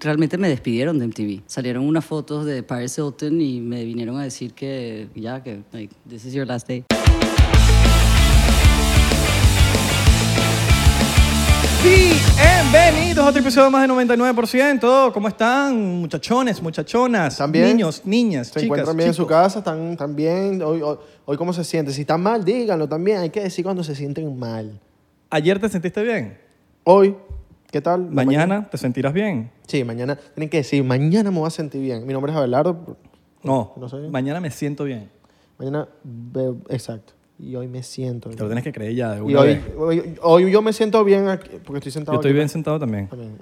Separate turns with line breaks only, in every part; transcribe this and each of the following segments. Realmente me despidieron de MTV. Salieron unas fotos de Paris Hilton y me vinieron a decir que ya, que like, this is your last day.
Bienvenidos a otro episodio más de 99%. ¿Cómo están, muchachones, muchachonas,
¿Están bien?
niños, niñas,
Se
chicas?
encuentran bien en su
chicos?
casa, están, están bien. Hoy, hoy, hoy cómo se sienten. Si están mal, díganlo también. Hay que decir cuando se sienten mal.
Ayer te sentiste bien.
Hoy, ¿qué tal?
Mañana te sentirás bien.
Sí, mañana. Tienen que decir, mañana me voy a sentir bien. Mi nombre es Abelardo.
No,
No sé.
mañana me siento bien.
Mañana, ve- exacto. Y hoy me siento
Te lo
bien.
tienes que creer ya de
Y
una
hoy,
vez.
hoy, hoy yo me siento bien aquí, porque estoy
Yo
sentado
estoy
aquí
bien sentado también.
también.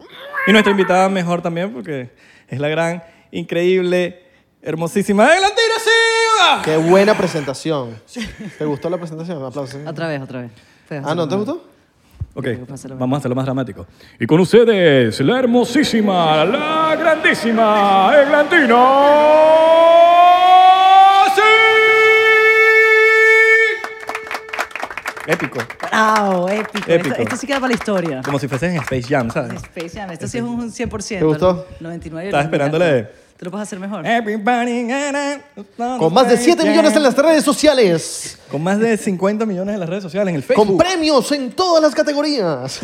Y nuestra invitada mejor también porque es la gran, increíble, hermosísima Eglantira Silva.
Qué buena presentación. ¿Te gustó la presentación? Un aplauso.
Otra vez, otra vez. Fue
Ah, ¿no te
hace-
gustó?
Ok,
Creo que pasa lo
vamos a hacerlo más dramático. Y con ustedes, la hermosísima, la grandísima Eglantina Épico.
¡Bravo! Épico.
Épico.
Esto, esto sí queda para la historia.
Como si fueses en Space Jam, ¿sabes?
Space Jam, Esto sí es un 100%.
¿Te gustó?
99.
Estaba esperándole. Eh,
Te lo puedes hacer mejor.
Everybody gonna-
Con más de 7 millones en las redes sociales.
Con más de 50 millones en las redes sociales, en el
Con
Facebook.
premios en todas las categorías.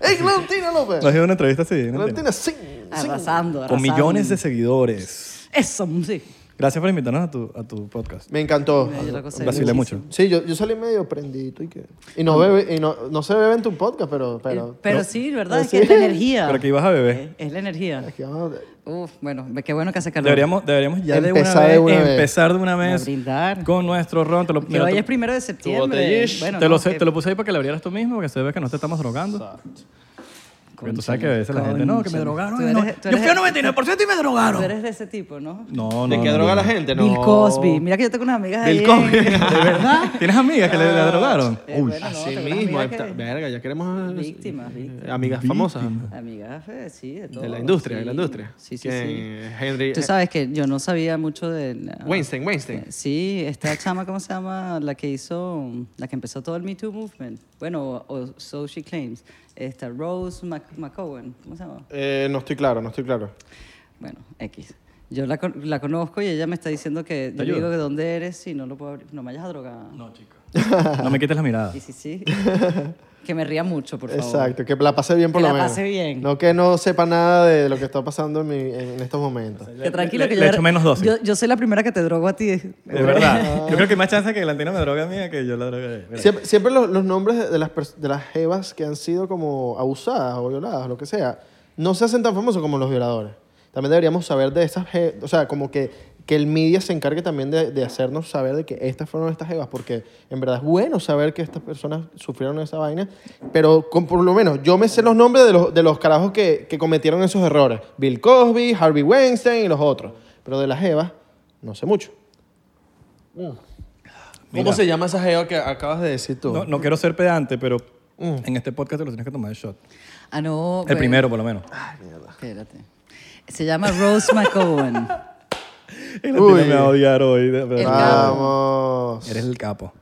Eglantina López.
Nos dio una entrevista así. ¿no?
Eglantina, sí.
Ah,
sí.
Arrasando,
Con
arrasando.
millones de seguidores.
Eso, sí. Eh,
Gracias por invitarnos a tu, a tu podcast.
Me encantó.
Me dio la cosa de
Vacilé
muchísimo.
mucho.
Sí, yo, yo salí medio prendido y que... Y no, bebe, y no, no se bebe en tu podcast, pero...
Eh, Pero,
pero,
sí, ¿verdad?
pero
es que es
sí.
la energía.
Pero que ibas a beber.
Eh, Es la energía.
Aquí vamos a-
Uf, bueno, qué bueno que hace calor.
Deberíamos, deberíamos ya
Empezar
de
de
una
una
vez,
vez.
empezar de una vez
A brindar.
con nuestro ron. Te lo,
Que hoy
te-
es primero de
tu
septiembre.
botellish.
Bueno,
te, lo,
no,
sé-
que-
te lo puse ahí para que lo abrieras tú mismo, porque se ve que no te estamos drogando. Porque tú sabes que a veces la gente, no, que me
Cónchale.
drogaron.
Tú
y no-
eres- tú
yo fui a
eres-
99% y me drogaron.
Tú eres de ese tipo, ¿no?
No, no.
¿De qué
no, no.
droga la gente? No.
Bill Cosby. Mira que yo tengo unas amigas ahí.
Bill
en-
Cosby.
¿De verdad? ¿Tienes amigas que le, la drogaron?
Eh,
Uy.
Ah. bueno, no,
Así
te acuerdas,
Ah, mismo.
amigas
ahí está.
que-
Verga, ya queremos. eh,
Víctimas, víctimas.
eh, Amigas famosas.
Amigas, eh, sí, de todo.
De la industria, de la
sí.
industria.
Sí, sí,
¿Quién?
sí.
Henry.
Tú
eh,
sabes que yo no sabía mucho de... la- Eh,
Weinstein, Weinstein.
Sí, esta chama, ¿cómo se llama? La que hizo, la que empezó todo el Me Too Movement. Bueno, o, o so she claims. Esta Rose Mc- McCowan, ¿cómo se llama?
Eh, no estoy claro, no estoy claro.
Bueno, X. Yo la, con- la conozco y ella me está diciendo que yo le
ayudo?
digo de dónde eres y no lo puedo abrir. No me vayas a drogar.
No, chico. No me quites la mirada.
Y sí, sí. que me ría mucho, por favor.
Exacto, que la pase bien por
Que
lo
la
menos.
pase bien.
No que no sepa nada de lo que está pasando en, mi- en estos momentos.
Que tranquilo
Le-
que
le
yo,
echo menos dosis.
yo. yo soy la primera que te drogo a ti.
De verdad. Yo creo que hay más chance que el antino me droga a mí a que yo la drogue. a ella. Mira.
Siempre, siempre los, los nombres de- de las, pers- de las jevas que han sido como abusadas o violadas, lo que sea, no se hacen tan famosos como los violadores. También deberíamos saber de esas je- o sea, como que, que el media se encargue también de, de hacernos saber de que estas fueron estas jevas, porque en verdad es bueno saber que estas personas sufrieron esa vaina, pero con, por lo menos yo me sé los nombres de los, de los carajos que, que cometieron esos errores. Bill Cosby, Harvey Weinstein y los otros. Pero de las jevas, no sé mucho.
Mira.
¿Cómo se llama esa jeva que acabas de decir tú?
No, no quiero ser pedante, pero
Mm.
en este podcast te lo tienes que tomar de shot.
Ah, no.
El
bueno,
primero, por lo menos.
Espérate. Se llama Rose McCowan.
El latino
Uy.
me va a odiar hoy. de- de-
El
Vamos.
Eres el capo.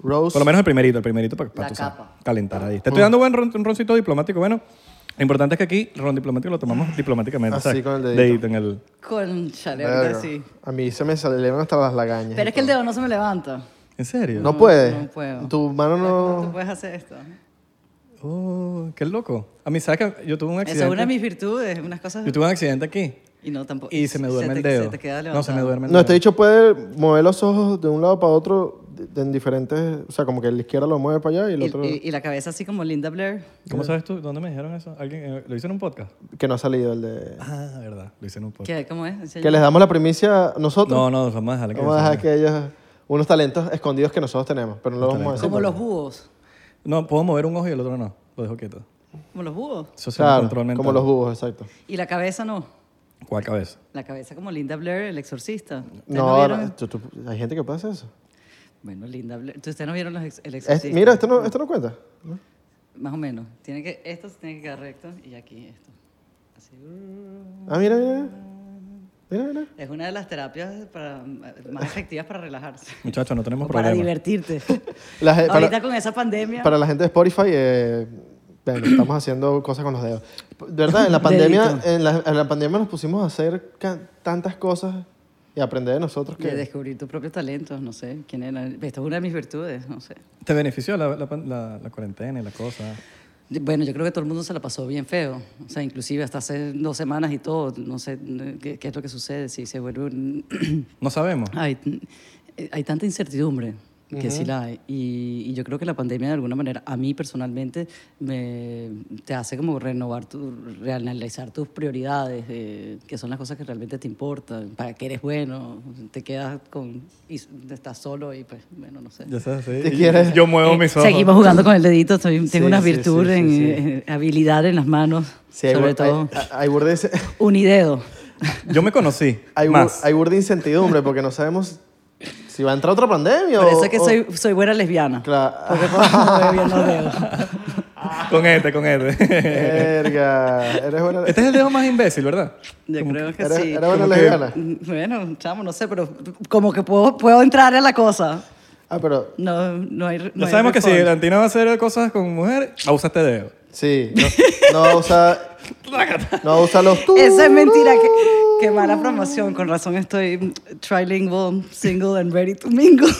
Rose.
Por lo menos el primerito, el primerito para,
La
para tú sabes,
capa.
calentar ahí. Te estoy dando buen ron- un roncito diplomático. Bueno, lo importante es que aquí el ron diplomático lo tomamos diplomáticamente.
Así,
¿sabes?
con el dedito.
en el...
Con chaleco,
Verga.
sí.
A mí se me salieron hasta las lagañas.
Pero es que el dedo no se me levanta.
¿En serio?
No puedes.
no puedo.
Tu mano
Tú
no.
puedes hacer esto.
Oh, qué loco. A mí, ¿sabes que yo tuve un
Esa es
accidente?
una de mis virtudes, unas cosas.
Yo tuve un accidente aquí
Y no tampoco.
y se me duerme
te-
el dedo.
Se te queda
no, se me
levantado.
duerme el
No,
dedo.
este dicho puede mover los ojos de un lado para otro de- de- en diferentes. O sea, como que la izquierda lo mueve para allá y el otro.
Y, y- y la cabeza así como Linda Blair.
¿Cómo sabes tú? ¿Dónde me dijeron eso? ¿Alguien, eh, ¿Lo hice en un podcast?
Que no ha salido el de.
Ah, verdad. Lo hice en un podcast.
¿Qué? ¿Cómo es?
Que les damos la primicia nosotros.
No, no, vamos a dejarle que
Vamos a dejar
se-
que ellos. Unos talentos escondidos que nosotros tenemos, pero no los vamos a decir.
Como los búhos.
No, puedo mover un ojo y el otro no. Lo dejo quieto.
Como los búhos.
Eso se llama
Claro,
control mental.
como los búhos, exacto.
Y la cabeza no.
¿Cuál cabeza?
La cabeza como Linda Blair, el exorcista. ¿Ustedes
No,
vieron?
no, tú- tú- hay gente que puede hacer eso.
Bueno, Linda Blair. ¿Tú- ¿Ustedes no vieron los ex- el
Es-
exorcista?
mira, esto no, esto no cuenta.
Más o menos. Tiene que, esto se tiene que quedar recto y aquí esto. Así.
Ah, mira, mira. Mira, mira.
Es una de las terapias para- más efectivas para relajarse.
Muchachos, no tenemos
O para
problema.
divertirte.
La, ge-
Ahorita
para,
con esa pandemia.
para la gente de Spotify, eh, Bueno, estamos haciendo cosas con los dedos. De verdad, en la pandemia, en la, en la pandemia nos pusimos a hacer ca- tantas cosas y aprender de nosotros
De
que...
descubrir tus propios talentos, no sé, quién era. Esta es una de mis virtudes, no sé.
¿Te benefició la, la pan- la- la cuarentena y la cosa?
Bueno, yo creo que todo el mundo se la pasó bien feo. O sea, inclusive hasta hace dos semanas y todo. No sé eh, qué, qué es lo que sucede, si se vuelve un...
No sabemos.
hay, eh, hay tanta incertidumbre que sí la hay. Y, y yo creo que la pandemia, de alguna manera, a mí personalmente, me, te hace como renovar, tu, reanalizar tus prioridades, eh, que son las cosas que realmente te importan, para qué eres bueno, te quedas con. y estás solo y pues, bueno, no sé.
Ya sabes, sí.
¿Te
Y-
quieres?
Yo muevo
Eh,
mis ojos.
Seguimos jugando con el dedito, soy-
Sí,
tengo una
sí, sí,
virtud
sí,
en
sí.
eh, habilidad en las manos,
Sí, hay
sobre
bur- hay-
todo
hay- hay burda de-
unidedo.
Yo me conocí.
Hay, bur-
más.
hay burda de incertidumbre porque no sabemos si va a entrar otra pandemia
Por
o...
eso es que
o- ah,
soy, soy buena lesbiana.
oh. Claro.
Porque no bien los dedos.
Con este, con este.
Verga. Eres buena...
Este es el dedo más imbécil, ¿verdad?
Yo creo que
eres-
sí.
eres buena
como que-
lesbiana.
Bueno, chamo, no sé, pero como que puedo, puedo entrar en la cosa.
Ah, pero...
No, no hay.
Ya sabemos que si Valentina va a hacer cosas con mujer, usa este dedo.
Sí. No, no usa... No usa los tú.
Esa es mentira. Qué, qué mala promoción. Con razón estoy trilingual, single and ready to mingle.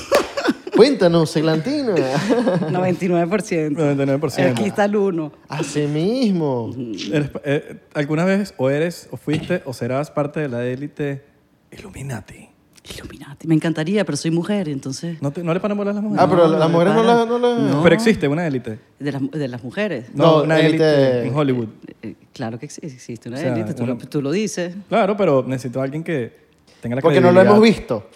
Cuéntanos, Seglantina.
99%.
99%.
Aquí está el 1.
Así mismo.
Eres pa- eh, ¿Alguna vez o eres, o fuiste, o serás parte de la élite Illuminati?
Illuminati. Me encantaría, pero soy mujer, entonces.
¿No, te- no le paran bolas a las mujeres?
Ah, pero las
me
mujeres no
paran.
la- no la-
No,
Pero existe una élite.
De las, de las mujeres.
No,
No,
una
élite-
élite en Hollywood.
Eh, Claro que ex- existe una
O sea,
élite, tú, lo,
una-
tú lo dices.
Claro, pero necesito a alguien que tenga la
Porque no lo
credibilidad.
hemos visto.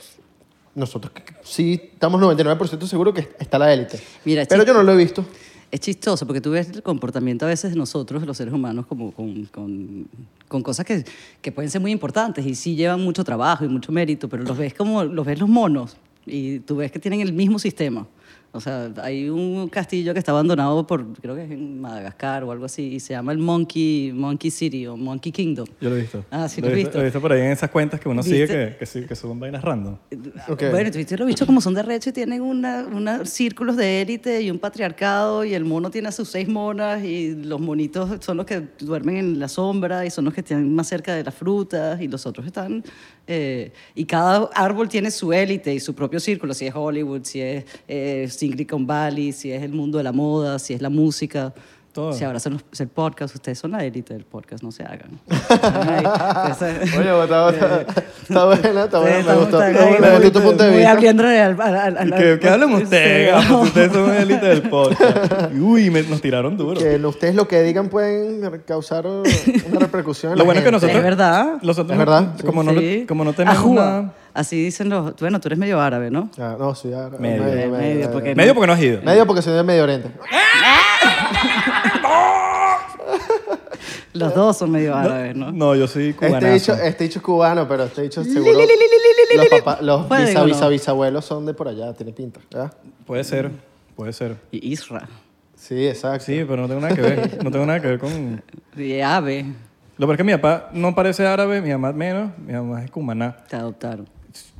Nosotros que- que- sí estamos 99% seguros que está la élite.
Mira,
Pero
chico-
yo no lo he visto.
Es chistoso porque tú ves el comportamiento a veces de nosotros, los seres humanos, como con, con- con cosas que, que pueden ser muy importantes y sí llevan mucho trabajo y mucho mérito, pero los ves como los ves los monos y tú ves que tienen el mismo sistema. O sea, hay un castillo que está abandonado por, creo que es en Madagascar o algo así, y se llama el Monkey, Monkey City o Monkey Kingdom.
Yo lo he visto.
Ah, sí,
Lo
lo
he
he
visto-
visto.
Lo he visto por ahí en esas cuentas que uno sigue
¿Viste?
que, que, sí- que son vainas random.
Ok.
Bueno, tú viste los bichos como son de recho y tienen una, una- círculos de élite y un patriarcado y el mono tiene a sus seis monas y los monitos son los que duermen en la sombra y son los que están más cerca de las frutas y los otros están... eh, y cada árbol tiene su élite y su propio círculo, si es Hollywood, si es eh, Silicon Valley, si es el mundo de la moda, si es la música.
Todo.
Si ahora son los- es el podcast, ustedes son la élite del podcast, no se hagan. Están ahí. Entonces-
Oye, está, está, está buena, está buena. Me gustó.
Estamos tan-
Me gustó tu punto de
muy
vista.
abriéndole al- al- al- al-
Que, que hablen
pues, Sí,
ustedes,
¿no?
gafos, ustedes son una élite del podcast. Uy, me- nos tiraron duro.
Que lo- ustedes lo que digan pueden causar una repercusión. en
Lo
la
bueno es que
gente.
nosotros.
Es verdad.
Nosotros,
Es verdad, sí.
Como, no,
Sí.
como no tenemos
Ajúa.
nada.
Así dicen los... Bueno, tú eres medio árabe, ¿no?
Ah, no, sí, ahora-
Medio.
Eh, medio, porque no-
Medio porque no has ido.
Medio porque soy de Medio Oriente.
Los dos son medio árabes, Eh, ¿no?
No, yo soy
Este
cubanazo.
dicho, este dicho es cubano, pero este dicho seguro. Los, papás, los
Puede,
bisa,
¿o no?
bisa- bisabuelos son de por allá, tiene pinta. ¿verdad?
Puede ser, puede ser.
Y Isra.
Sí, exacto.
Sí, pero no tengo nada que ver. No tengo nada que ver con.
Y Ave.
Lo peor es que mi papá no parece árabe, mi mamá menos, mi mamá es cumaná.
Te adoptaron.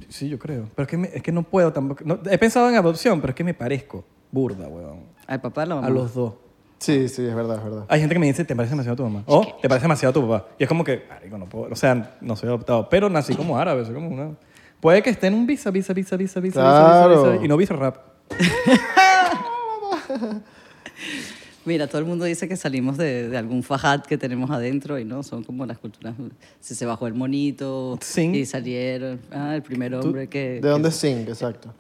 Sí, yo creo. Pero es que, me- es que no puedo tampoco. no- he pensado en adopción, pero es que me parezco burda, weón.
Al papá, la mamá.
A los dos.
Sí, sí, es verdad, es verdad.
Hay gente que me dice, te parece demasiado a tu mamá. O te parece demasiado a tu papá. Y es como que, marico, no puedo. O sea, no soy adoptado, pero nací como árabe, soy como una. Puede que esté en un visa, visa, visa, visa, visa, visa, visa,
Claro.
visa, y no visa rap.
Mira, todo el mundo dice que salimos de, de algún fajat que tenemos adentro y no, son como las culturas. Si se bajó el monito
Sing.
y salieron. Ah, el primer hombre que...
¿De dónde es Sing? Exacto.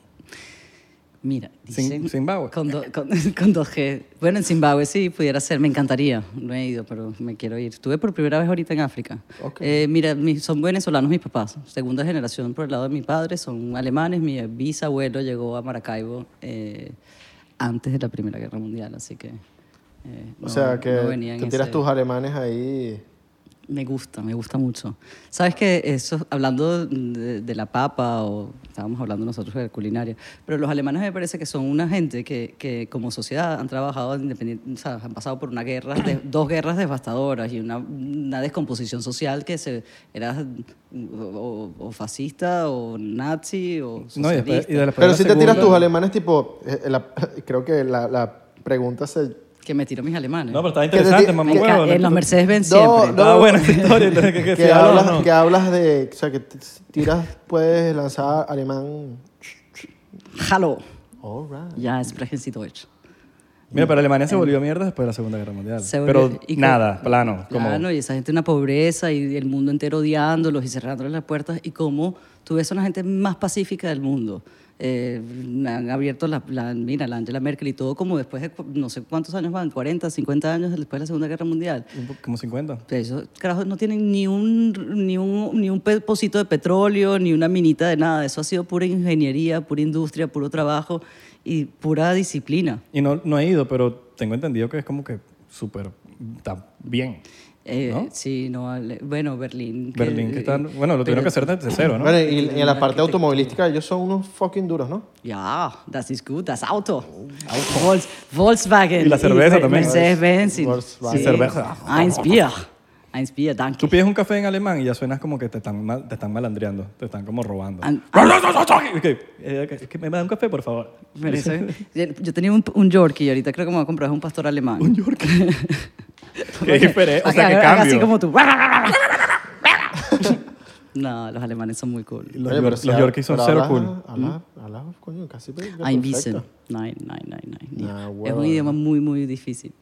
Mira,
Zim-
dicen...
Zimbabue.
Con, do- con, con 2G. Bueno, en Zimbabue sí pudiera ser, me encantaría. No he ido, pero me quiero ir. Estuve por primera vez ahorita en África.
Ok.
Eh, mira, mis- son venezolanos mis papás. Segunda generación por el lado de mi padre, son alemanes. Mi bisabuelo llegó a Maracaibo eh, antes de la Primera Guerra Mundial, así que... eh,
O
no-
sea, que
no venía en
te tiras
ese-
tus alemanes ahí.
me gusta, me gusta mucho. ¿Sabes que Eso, hablando de, de la papa, o estábamos hablando nosotros de culinaria, pero los alemanes me parece que son una gente que, que como sociedad han trabajado independiente, o sea, han pasado por una guerra, de- dos guerras devastadoras y una, una descomposición social que se, era o, o- o fascista o nazi o socialista.
No, y después- y después de la
Pero si te tiras
segunda-
tus alemanes, tipo. eh, la- creo que la, la pregunta se
Que me tiro mis alemanes.
No, pero estaba
te-
interesante,
que-
mamá
que-
huevo.
en los Mercedes-Benz
No,
siempre.
Estaba buena esa historia, entonces, que, que
que,
si hablo o
hablas,
no.
que hablas de. O sea, que t- tiras, puedes lanzar alemán.
Hallo.
All right.
Ya, sprechen Sie Deutsch.
Mira, pero Alemania se volvió mierda después de la Segunda Guerra Mundial.
Se
pero
volvió- y co-
nada, plano. Como,
Claro, y esa gente una pobreza y el mundo entero odiándolos y cerrándoles las puertas. Y cómo tú ves a la gente más pacífica del mundo. Eh, han abierto la, la- mira, la Angela Merkel y todo como después de cu- no sé cuántos años van, 40, 50 años después de la Segunda Guerra Mundial.
como 50.
Pero Esos carajos no tienen ni un, ni, un, ni un pe- pocito de petróleo, ni una minita de nada. Eso ha sido pura ingeniería, pura industria, puro trabajo y pura disciplina.
Y no, no he ido, pero tengo entendido que es como que súper. Está bien.
Eh,
¿No?
Sí, no, ale- bueno, Berlín.
Berlín, que está. Bueno, lo tuvieron que hacer desde cero, ¿no?
Bueno, y, y en la parte automovilística, ellos son unos fucking duros, ¿no?
Ya, das ist gut, das Auto. Volks- Volkswagen.
Oh. Y la cerveza también.
Mercedes-Benz. y-
Volkswagen.
Y cerveza.
Eins Bier. Eins Bier, danke.
Tú pides un café en alemán y ya suenas como que te están, mal- te están malandreando, te están como robando.
An- Ah.
Y que, eh, que- que ¿Me da un café, por favor?
Pero eso- yo tenía un, un Yorkie y ahorita creo que me voy a comprar un pastor alemán. Un Yorkie.
Qué diferente. O sea,
Haga-
qué
haga
cambio.
Así como tú. no, los alemanes son muy cool.
Los,
Oye,
yor-
pero
los
si ha-
Yorkies son
pero
cero
hablas-
cool. ¿Mm?
Hablas, hablas, coño, casi pe-
Ein
perfecto.
Wissen. Nein, nein, nein, nein. nicht.
Ah,
es
huevo.
un idioma muy, muy difícil.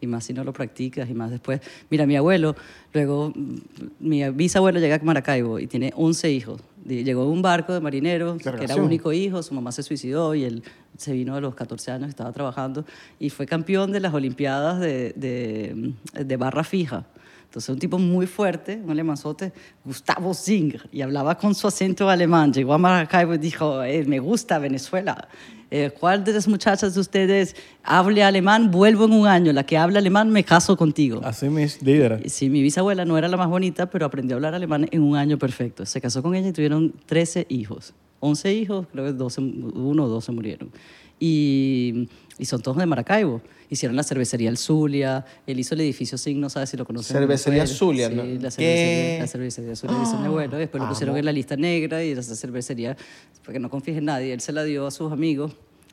Y más si no lo practicas y más después. Mira, mi abuelo, luego mm, mi bisabuelo llega a Maracaibo y tiene 11 hijos. Di- Llegó en un barco de marineros, que era
relación.
único hijo, su mamá se suicidó y él se vino a los 14 años, estaba trabajando y fue campeón de las Olimpiadas de, de, de barra fija. Entonces, un tipo muy fuerte, un alemanzote, Gustavo Zinger, y hablaba con su acento alemán. Llegó a Maracaibo y dijo: "Eh, Me gusta Venezuela. Eh, ¿Cuál de las muchachas de ustedes hable alemán? Vuelvo en un año. La que habla alemán, me caso contigo.
Así mis líderes.
Sí, mi bisabuela no era la más bonita, pero aprendió a hablar alemán en un año perfecto. Se casó con ella y tuvieron 13 hijos. 11 hijos, creo que 12, uno o dos se murieron. Y, y son todos de Maracaibo. Hicieron la cervecería El Zulia, él hizo el edificio Signo, no sabes si lo conoces.
Cervecería
Sí,
Zulia,
sí,
¿no?
la
¿Qué?
cervecería, la
Ah,
cervecería Zulia lo hizo mi abuelo. Después lo pusieron en la lista negra y esa cervecería, para que no confíes en nadie, él se la dio a sus amigos.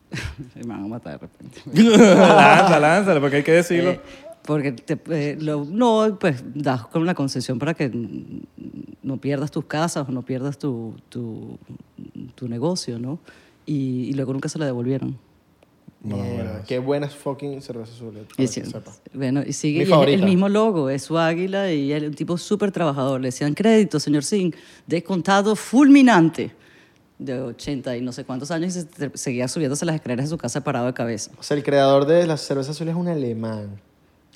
Me van a matar de repente.
lánzala, lánzala, porque hay que decirlo.
Eh, porque te- eh, lo- no, pues das con la concesión para que mm, no pierdas tus casas o no pierdas tu, tu, tu negocio, ¿no? Y, y luego nunca se la devolvieron.
Mierda, Eh, qué buenas fucking cervezas Zulia, para
Y
Ah, que
sí,
sepa.
bueno, y sigue
Mi
y es el
favorita.
mismo logo, es su águila y él es un tipo súper trabajador. Le decían crédito, señor Singh, descontado fulminante de 80 y no sé cuántos años y se- seguía subiéndose las escaleras de su casa parado de cabeza.
O sea, el creador de las cervezas Zulia es un alemán.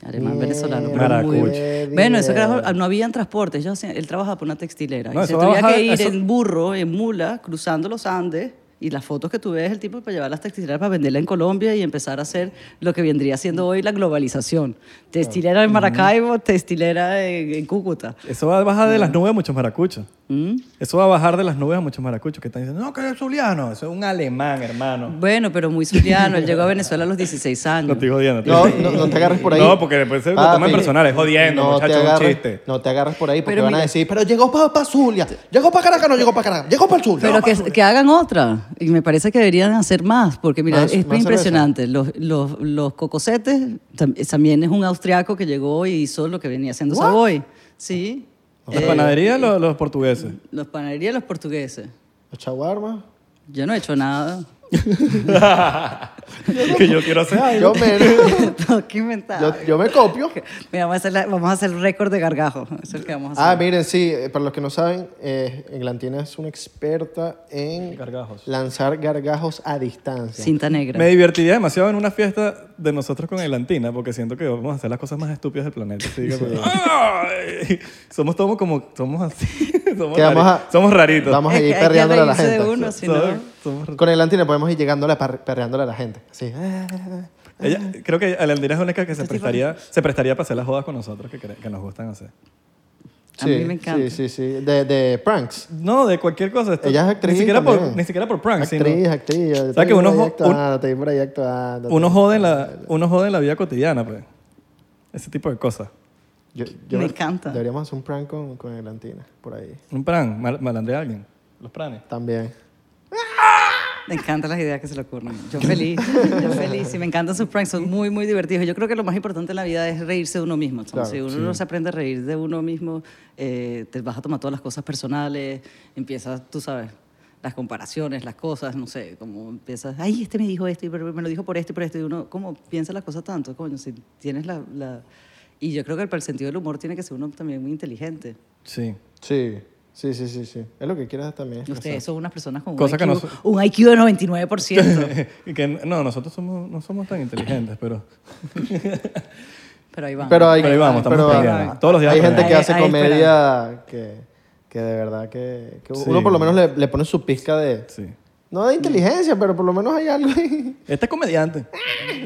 Alemán
Mierda.
venezolano, pero muy
Maracucho.
bien. Bueno, eso carajo, ah, no habían transportes. Yo hacía- él trabajaba por una textilera.
No,
y
eso
se
va a
tuviera
bajar-
que ir
eso-
en burro, en mula, cruzando los Andes. Y las fotos que tú ves, el tipo para llevar las textileras para venderla en Colombia y empezar a hacer lo que vendría siendo hoy la globalización. Textilera en Maracaibo, textilera en, en Cúcuta.
Eso va a bajar de las nubes a muchos maracuchos.
¿Mm?
Eso va a bajar de las nubes a muchos maracuchos que están diciendo, no, que es zuliano, eso es un alemán, hermano.
Bueno, pero muy zuliano. Él llegó a Venezuela a los 16 años.
No estoy jodiendo.
No,
estoy-
no, no te agarres por ahí.
No, porque después se lo
Papi,
toman personal, es jodiendo,
no te
muchacho, es un
agarres-
chiste.
No te agarres por ahí porque
Pero
van a
mira-
decir, pero llegó para Zulia, llegó para Caracas, no llegó para Caracas, llegó para el Zulia.
Pero que, que hagan otra. Y me parece que deberían hacer más, porque mira,
Más-
es
más
impresionante. Los, los, los cocosetes tam- también es un austriaco que llegó y hizo lo que venía haciendo Savoy. Sí.
Las panaderías, los, los portugueses.
Los panaderías, los portugueses.
Chaguarma.
Yo no he hecho nada.
que yo quiero hacer algo.
Yo me, yo,
No, qué inventada.
yo me copio.
Mira, vamos a hacer, la- vamos a hacer el récord de gargajo. Es el que vamos a
Ah,
hacer.
miren, sí, eh, para los que no saben, eh, Englantina es una experta en
Gargajos.
lanzar gargajos a distancia.
Cinta negra.
Me divertiría demasiado en una fiesta de nosotros con Elantina, porque siento que vamos a hacer las cosas más estúpidas del planeta. así que, pues, ¡ay! somos todos como, somos así, somos,
Que vamos
rari-
a-
somos raritos.
Vamos a
Es
ir
que hay que
perreándole a la
reírse de
gente.
uno, si
Somos-
no-
somos
Con Englantina podemos ir llegándole, a par- perreándole a la gente. Sí.
Ah,
Ella, creo que Alandina es la única que se prestaría, se prestaría para hacer las jodas con nosotros que, cre- que nos gustan hacer.
A mí me encanta.
Sí, sí, sí. De, de pranks.
No, de cualquier cosa. esto-
Ella es actriz.
Ni siquiera, por,
también.
ni siquiera por pranks, sino-
Actriz, actriz. yo
¿Sabes que
estoy
uno
por ahí
jo- un-
actuando, estoy por ahí actuando.
uno jode, en la, uno jode en la vida cotidiana, pues. Ese tipo de cosas.
Yo- yo-
Me encanta.
Deberíamos hacer un prank con, con Englantina, por ahí.
Un pran, mal, malandre a alguien. Los pranes.
También.
Me encantan las ideas que se le ocurren. Yo feliz, yo feliz. Y me encantan sus pranks, son muy, muy divertidos. Yo creo que lo más importante en la vida es reírse de uno mismo. chamo.
Claro,
si uno no se aprende a reír de uno mismo, eh, te vas a tomar todas las cosas personales, empiezas, tú sabes, las comparaciones, las cosas, no sé, como empiezas, ay, este me dijo esto, y pero me lo dijo por esto y por esto, y uno, ¿cómo piensa las cosas tanto? Coño, si tienes la... la- Y yo creo que el, para el sentido del humor tiene que ser uno también muy inteligente.
Sí.
Sí, sí, sí, sí, sí. Es lo que quieras también. expresar.
Ustedes son unas personas con un
Cosa
IQ,
que no
un IQ de 99%.
Y que, no, nosotros somos, no somos tan inteligentes, pero,
pero ahí van.
Pero hay,
Pero ahí vamos, estamos
pero
pendientes.
hay-
Todos los días
hay gente que
aprendemos.
hace
Hay- hay
comedia que, que de verdad que, que uno
Sí.
por lo menos le, le pone su pizca de...
sí.
No de inteligencia, pero por lo menos hay algo ahí.
Este es comediante.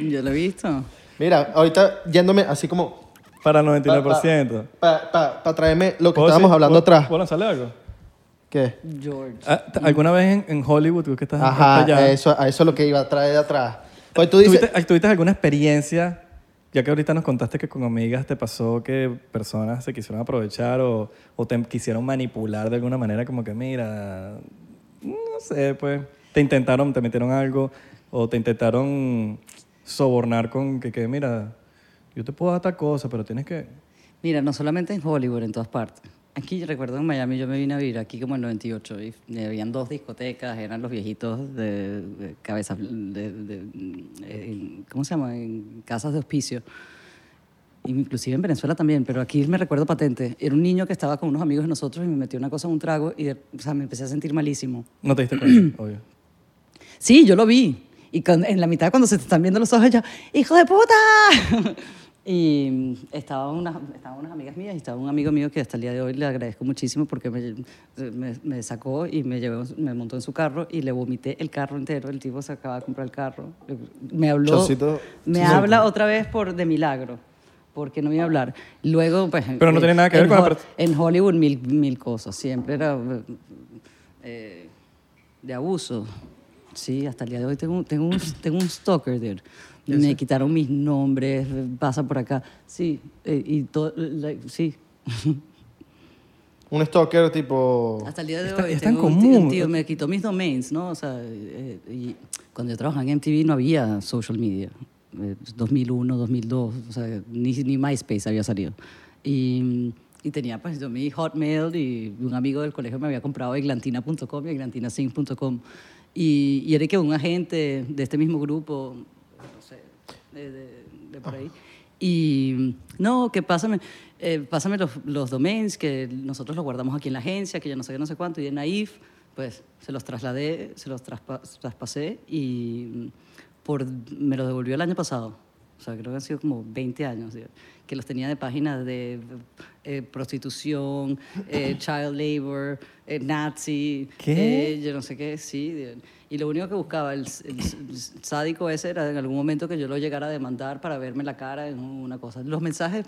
Yo lo he visto.
Mira, ahorita yéndome así como...
Para el 99%.
Para traerme lo que
¿Puedo
estábamos
decir-
hablando
puedo-
atrás.
¿Puedo lanzarle algo?
¿Qué?
George.
Ah, t- ¿Alguna vez en, en Hollywood, tú que estás
Ajá, eh,
allá,
eso, a eso es lo que iba a traer de atrás. Pues tú dices...
¿tuviste, ah, ¿tuviste alguna experiencia, ya que ahorita nos contaste que con amigas te pasó que personas se quisieron aprovechar o, o te quisieron manipular de alguna manera, como que mira, no sé, pues te intentaron, te metieron algo o te intentaron sobornar con que, que mira, yo te puedo dar tal cosa, pero tienes que...
Mira, no solamente en Hollywood, en todas partes. Aquí, yo recuerdo en Miami, yo me vine a vivir aquí como en 98 y eh, habían dos discotecas, eran los viejitos de, de cabezas, de, de- en- ¿cómo se llama? En casas de hospicio. Inclusive en Venezuela también, pero aquí me recuerdo patente. Era un niño que estaba con unos amigos de nosotros y me metió una cosa en un trago y de- o sea, me empecé a sentir malísimo.
No te diste cuenta, obvio.
Sí, yo lo vi. Y con- en la mitad, cuando se te están viendo los ojos, yo, ¡hijo de puta! y mm, estaban unas, estaban unas amigas mías y estaba un amigo mío que hasta el día de hoy le agradezco muchísimo porque me, me- me sacó y me, llevó, me montó en su carro y le vomité el carro entero. El tipo se acaba de comprar el carro. Me habló.
Chocito.
me habla otra vez por de milagro. Porque no me iba a hablar. Luego, pues.
Pero no
eh,
tiene nada que ver
en
con la
Ho-
pers-
En Hollywood, mil, mil cosas. Siempre era. eh, de abuso. Sí, hasta el día de hoy tengo, tengo, un, tengo un stalker, dude. Me quitaron mis nombres, pasa por acá. Sí, eh, y todo, like, sí.
Un stalker tipo...
Hasta el día de
Está-
hoy
es tan
tengo un tío, un
común.
tío, me quitó mis domains, ¿no? O sea, eh, y cuando yo trabajaba en MTV no había social media. Eh, 2001, 2002, o sea, ni, ni MySpace había salido. Y, y tenía pues yo mi Hotmail y un amigo del colegio me había comprado eglantina.com y eglantinasing.com. Y, y era que un agente de este mismo grupo, no sé, de, de- de por ahí. Y no, que pásame, eh, pásame los, los domains que nosotros los guardamos aquí en la agencia, que yo no sé qué, no sé cuánto, y en Naif, pues se los trasladé, se los traspa- traspasé y mm, por, me los devolvió el año pasado. O sea, creo que han sido como 20 años, digo, que los tenía de páginas de eh, prostitución, eh, child labor, eh, nazi,
¿Qué?
eh, yo no sé qué, sí. de- Y lo único que buscaba el, s- el s- el s- sádico ese era en algún momento que yo lo llegara a demandar para verme la cara en una cosa. Los mensajes,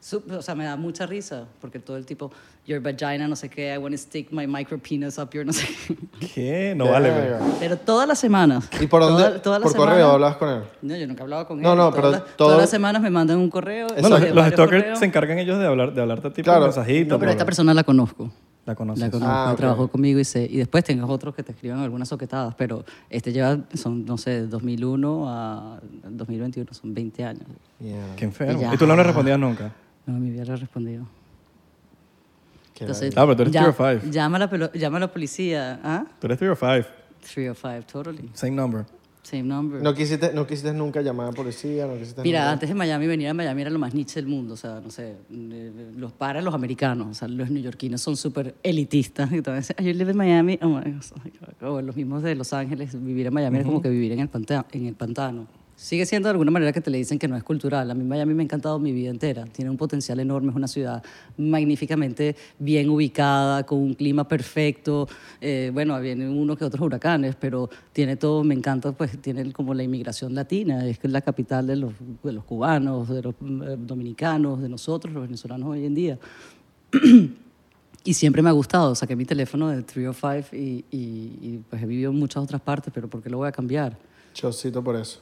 su- o sea, me da mucha risa, porque todo el tipo, your vagina, no sé qué, I want to stick my micro penis up your, no sé qué.
¿Qué? No vale, pues.
Verga.
pero-
Pero todas las semanas.
¿Y por dónde?
Toda- todas las
por correo
semanas-
hablabas con él.
No, yo nunca hablaba con él.
No, no,
todas
pero
las-
todo-
Todas las semanas me mandan un correo.
No, los,
varios
los stalkers
correos.
se encargan ellos de, hablar, de hablarte tipo
Claro.
de mensajitos.
No, pero
bla,
esta
bla.
persona la conozco.
La conoces.
La conozco,
Ah, ok.
trabajó conmigo y sé. Y después tengas otros que te escriban algunas soquetadas, pero este lleva, son, no sé, 2001 a 2021, son 20 años.
Mierda.
Qué enfermo.
Ya.
Y tú no le respondías nunca.
No me hubiera respondido.
Qué
Entonces,
Ah, pero tú eres
ya-
three or five.
Llama a la, pelo- llama a la policía, ¿ah?
Tú eres 3 or 5.
305, totally.
Same number.
Same number.
No quisiste, no quisiste nunca llamar a la policía, no quisiste
Mira,
nunca-
antes de Miami, venir a Miami era lo más niche del mundo. O sea, no sé, eh, los para los americanos. O sea, los neoyorquinos son súper elitistas. Y te van a decir, "Ah, yo vivo en Miami. Oh, my God. O los mismos de Los Ángeles, vivir en Miami es como que vivir en el, panta- en el pantano. Sigue siendo de alguna manera que te le dicen que no es cultural. A mí Miami me ha encantado mi vida entera. Tiene un potencial enorme, es una ciudad magníficamente bien ubicada, con un clima perfecto. Eh, bueno, vienen uno que otros huracanes, pero tiene todo, me encanta, pues tiene como la inmigración latina, es que es la capital de los, de los cubanos, de los mm, eh, dominicanos, de nosotros, los venezolanos hoy en día. Y siempre me ha gustado, saqué mi teléfono de 305 y, y, y pues he vivido en muchas otras partes, pero ¿por qué lo voy a cambiar?
Chocito por eso.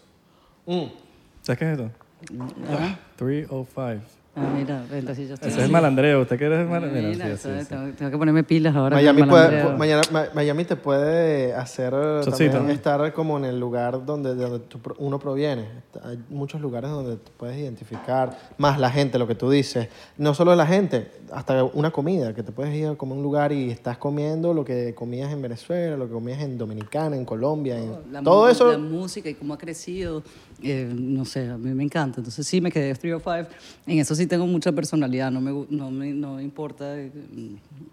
¿Sabes qué es esto?
¿Verdad?
3 or 5.
Ah, mira, venta, sí, yo estoy.
Eso es malandreo. ¿Usted quiere
Mira,
malandreo? Mira, sí,
¿sabes?
sí, sí.
Tengo, tengo que ponerme pilas ahora. con el
Miami, puede-
malandreo.
pu- mañana- Ma- Miami te puede hacer eh,
Chocito.
también estar como en el lugar donde, de donde tú pro- uno proviene. Hay muchos lugares donde te puedes identificar, más la gente, lo que tú dices. No solo la gente, hasta una comida, que te puedes ir como a un lugar y estás comiendo lo que comías en Venezuela, lo que comías en Dominicana, en Colombia, en-
La
todo
mu-
eso.
La música y cómo ha crecido, eh, no sé, a mí me encanta. Entonces sí, me quedé Three of Five. En eso sí tengo mucha personalidad, no me, gu- no me- no me importa. eh,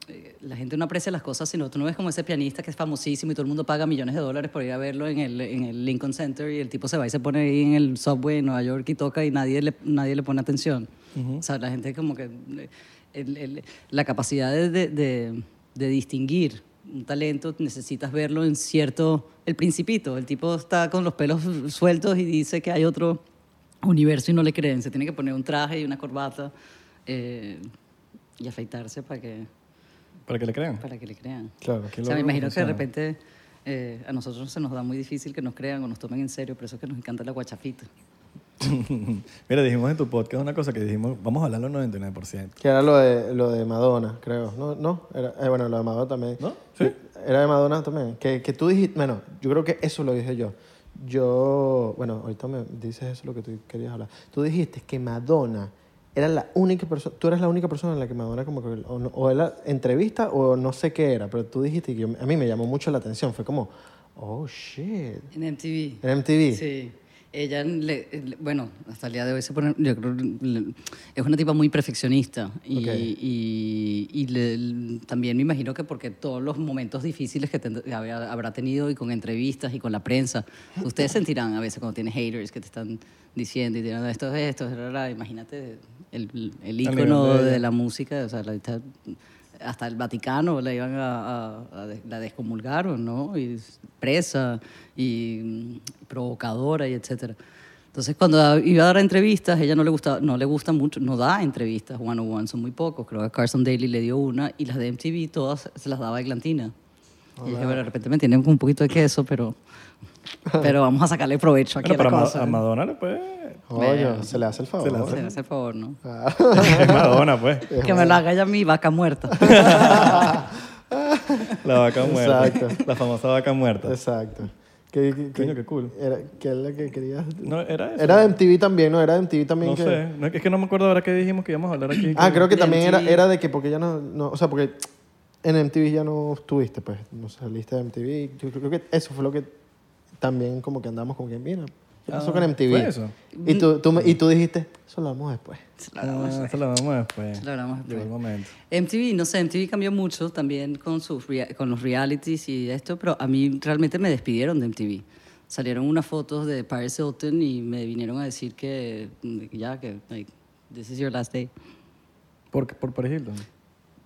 eh, La gente no aprecia las cosas, sino tú no ves como ese pianista que es famosísimo y todo el mundo paga millones de dólares por ir a verlo en el, en el Lincoln Center y el tipo se va y se pone ahí en el subway en Nueva York y toca y nadie le, nadie le pone atención. O sea, la gente como que... eh, el- el- la capacidad de- de- de, de distinguir un talento, necesitas verlo en cierto... El principito, el tipo está con los pelos sueltos y dice que hay otro universo y no le creen. Se tiene que poner un traje y una corbata eh, y afeitarse para que,
¿Para que le crean?
para que le crean.
Claro,
O sea, me imagino que de repente eh, a nosotros se nos da muy difícil que nos crean o nos tomen en serio, por eso es que nos encanta la guachafita.
Mira, dijimos en tu podcast una cosa que dijimos, vamos a hablarlo al 99%.
Que era lo de, lo de Madonna, creo. No, no, era, eh, bueno, lo de Madonna también.
¿No? Sí.
Era de Madonna también. Que, que tú dijiste, bueno, yo creo que eso lo dije yo. Yo, bueno, ahorita me dices eso lo que tú querías hablar. Tú dijiste que Madonna era la única persona, tú eras la única persona en la que Madonna como que, o, no- o era entrevista o no sé qué era, pero tú dijiste que yo- a mí me llamó mucho la atención. Fue como, oh, shit.
En MTV.
En MTV.
Sí. Ella, le- le- bueno, hasta el día de hoy se pone, yo creo, le- es una tipa muy perfeccionista y,
Ok.
y- y le- también me imagino que porque todos los momentos difíciles que tend- habrá habrá tenido y con entrevistas y con la prensa, ustedes sentirán a veces cuando tienes haters que te están diciendo y tirando esto es esto, es rara". imagínate el, el
nivel
ícono
de ella.
de la música, o sea, la- está- hasta el Vaticano la iban a, a- a des- la descomulgaron, ¿no? Y s- presa y mm, provocadora y etcétera. Entonces, cuando da- iba a dar entrevistas, ella no le gusta, no le gusta mucho, no da entrevistas one on one, son muy pocos. Creo que Carson Daly le dio una y las de MTV todas se las daba a Eglantina. Y dije, bueno, de repente me tienen con un poquito de queso, pero, pero vamos a sacarle provecho aquí
Bueno,
a
pero
la
a Ma-
cosa.
a Madonna le puede...
Oye, se le hace el favor.
Se le hace
Se hace el favor, ¿no?
Ah.
Es Madonna, pues.
Que me lo haga ya mi vaca muerta.
La vaca muerta.
Exacto.
La famosa vaca muerta.
Exacto. Que, que-
Coño, qué cool.
Era, ¿Qué es la que querías?
No, era eso.
Era de MTV también, ¿no? Era de MTV también.
No
que...
sé. No, es que no me acuerdo ahora qué dijimos que íbamos a hablar aquí.
Ah, creo que
De
también era,
MTV.
era de que porque ya no, no- O sea, porque en MTV ya no estuviste, pues. No saliste de MTV. Yo creo que eso fue lo que también como que andamos con quien mira. ¿Qué pasó
Ah,
con MTV?
¿fue eso? Mm.
Y tú, tú me- y tú dijiste, eso lo hablamos después.
Ah, eso lo vamos después.
Lo hablamos después.
Llegó el momento.
MTV, no sé, MTV cambió mucho también con, sus rea- con los realities y esto, pero a mí realmente me despidieron de MTV. Salieron unas fotos de Paris Hilton y me vinieron a decir que mm, ya, que like, this is your last day.
¿Por, por Paris Hilton?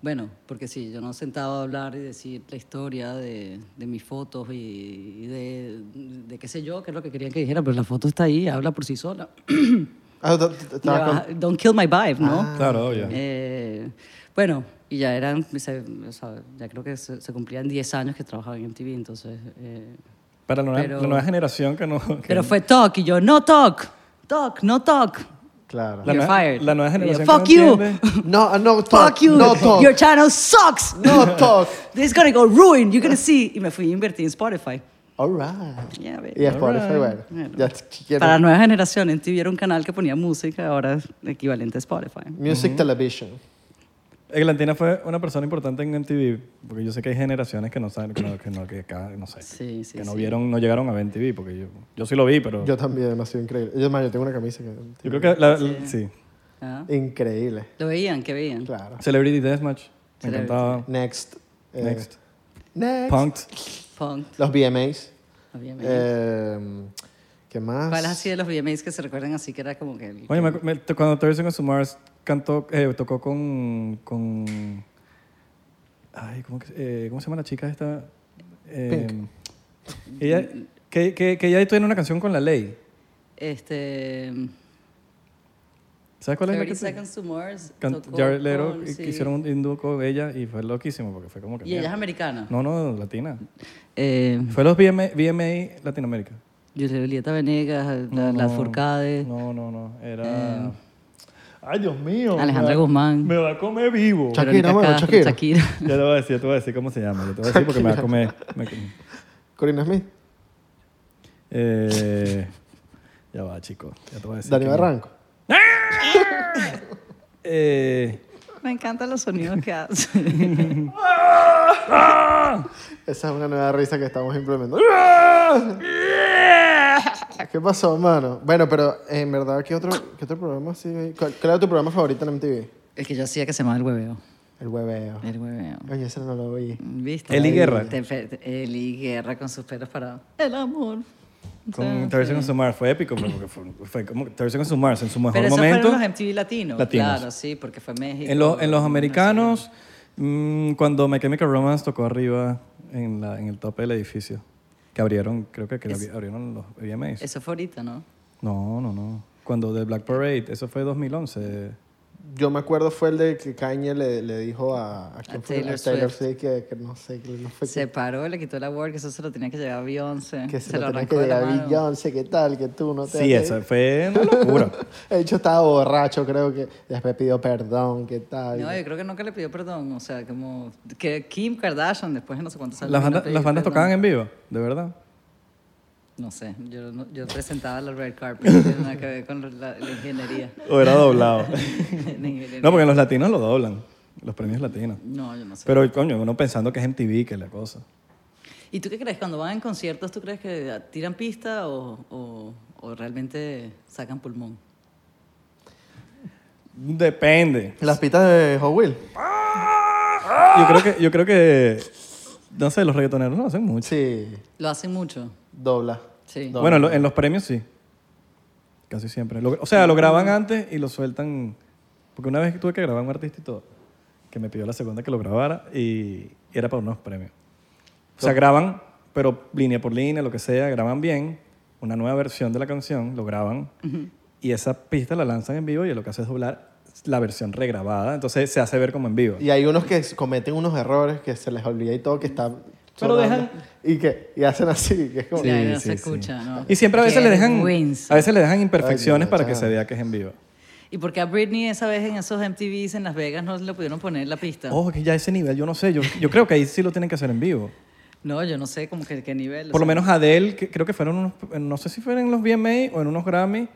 Bueno, porque sí, yo no sentaba a hablar y decir la historia de, de mis fotos y, y de, de qué sé yo, qué es lo que querían que dijera, pero la foto está ahí, habla por sí sola.
Ah, t- t-
Le
estabas
baja- Don't kill my vibe, ¿no?
claro, obvio.
Eh, bueno, y ya eran, se- o sea, ya creo que se, se cumplían 10 años que trabajaba en MTV, entonces... eh,
Para la nueva,
pero-
la nueva generación que no... que-
pero fue talk y yo, no talk, talk, no talk.
con- Claro.
La
You're
nueva-
fired.
La nueva
Y yo,
generación
Fuck
que no
you,
entiende-
No, ah, no talk.
fuck you,
No talk.
your channel sucks.
No talk.
This is gonna go ruined, you're gonna see. Y me fui a invertir en Spotify.
All right.
Yeah, baby.
Y Spotify,
right.
bueno.
Bueno.
Ya t- quiero-
Para la nueva generación, MTV era un canal que ponía música, ahora es equivalente a Spotify.
Music Television.
Eglantina fue una persona importante en MTV, porque yo sé que hay generaciones que no saben, que no, que no, que acá- no sé,
Sí, sí,
que no
sí.
vieron, no llegaron a ver MTV, porque yo, yo sí lo vi, pero yo,
Yo también, demasiado increíble. Yo, además, yo tengo una camisa que...
creo que la- la- sí.
Ah,
Increíble,
¿Lo veían? ¿Qué veían?
claro.
Celebrity Deathmatch, me
Celebrity.
encantaba.
Next. eh,
Next,
Next.
Punk'd,
Punk,
Los VMAs.
obviamente.
Eh, ¿Qué más?
¿Cuál así de los VMAs que se recuerdan así que era como que el-
Oye, me acu- me- to- cuando Thursday con Mars cantó, eh, tocó con, con, ay, ¿cómo, que- eh, ¿cómo se llama la chica esta? Eh, Ella, que, que, que ella tiene una canción con la ley,
este
¿sabes cuál es? la
30
que te-
Seconds to Mars
Can-
tocó
Jared Leto
con-
y-
sí.
hicieron un hindú con ella y fue loquísimo porque fue como que
y ella es
mierda.
americana.
no no latina
Eh,
fue los VMA, VMA Latinoamérica
Julieta Venegas, la-
No,
las
no,
Furcades,
no no no era Eh. Ay, Dios mío.
Alejandra
me va-
Guzmán.
Me va a comer vivo.
Shakira,
Verónica
bueno,
Castro,
Shakira.
Shakira.
Ya te voy a decir, te voy a decir cómo se llama. Yo te voy a decir porque me va a comer. me-
Corina Smith,
eh, ya va, chico. Ya te voy a decir.
Dani
que-
Barranco.
Eh,
Me encantan los sonidos que hace.
Esa es una nueva risa que estamos implementando. ¿Qué pasó, mano? Bueno, pero en verdad, ¿qué otro, qué otro programa sí hay? ¿Cuál, cuál era tu programa favorito en MTV?
El que yo hacía que se llamaba El Hueveo.
El hueveo.
El Hueveo.
Oye, ese no lo vi.
¿Viste?
Eli Guerra.
Te- te- Eli Guerra con sus pelos parados. El amor.
con Teresa con Sumar fue épico pero porque fue, fue como Teresa con Sumar en su mejor
Pero esos
momento.
fueron los MTV latinos.
Latinos.
Claro, sí, porque fue México.
En, lo- en los americanos, mm, cuando My Chemical Romance tocó arriba en, la, en el tope del edificio, que abrieron, creo que, que abri- abrieron los VMAs.
Eso fue ahorita, ¿no?
No, no, no. Cuando The Black Parade, eso fue 2011.
Yo me acuerdo fue el de que Kanye le, le dijo a, a, quién fue,
Taylor
a Taylor
Swift.
Swift que, que no sé, que no fue
Se
que,
paró, le quitó la word, que eso se lo tenía que llevar a Beyoncé.
Pues que se, lo tenía
arrancó
que
de la
llegar a
mano.
Beyoncé, que tal, que tú no te
Sí, eso fue una locura.
De hecho, estaba borracho, creo que después pidió perdón, que tal.
No, yo creo que nunca le pidió perdón. O sea, como que Kim Kardashian, después de no sé cuántos años.
las,
vino a
bandas-
pedir
las bandas
perdón.
tocaban en vivo, de verdad.
No sé, yo, no- yo presentaba la red carpet, no tiene nada que ver con la, la ingeniería.
O era doblado.
La ingeniería.
no, porque los latinos lo doblan, los premios latinos.
No, yo no sé.
Pero, coño, uno pensando que es MTV, que es la cosa.
¿Y tú qué crees? Cuando van en conciertos, ¿tú crees que tiran pista o, o- o realmente sacan pulmón?
Depende.
Las pitas de Hot Wheels.
Yo creo que, yo creo que no sé, los reggaetoneros lo hacen mucho.
Sí,
Lo hacen mucho.
dobla.
Sí.
Dobla.
Bueno, en lo- en los premios sí. Casi siempre. Lo- o sea, lo graban antes y lo sueltan. Porque una vez tuve que grabar un artista y todo, que me pidió la segunda que lo grabara y, y era para unos premios. O sea, graban, pero línea por línea, lo que sea, graban bien, una nueva versión de la canción, lo graban y esa pista la lanzan en vivo y lo que hace es doblar la versión regrabada. Entonces se hace ver como en vivo.
Y hay unos que cometen unos errores que se les olvida y todo, que están.
Pero
sonando,
dejan-
Y que y hacen así, que es como.
Sí. Ya, no se escucha, ¿no?
Y siempre a veces
Qué
le dejan,
vergüenza.
a veces le dejan imperfecciones
Ay,
para que
chao.
se vea que es en vivo.
¿Y por qué a Britney esa vez en esos MTVs en Las Vegas no le pudieron poner la pista?
Ojo, que ya ese nivel, yo no sé, yo, yo creo que ahí sí lo tienen que hacer en vivo.
No, yo no sé como que qué nivel. o
Por lo
sea,
menos Adele, que creo que fueron unos, no sé si fueron en los VMA o en unos Grammy,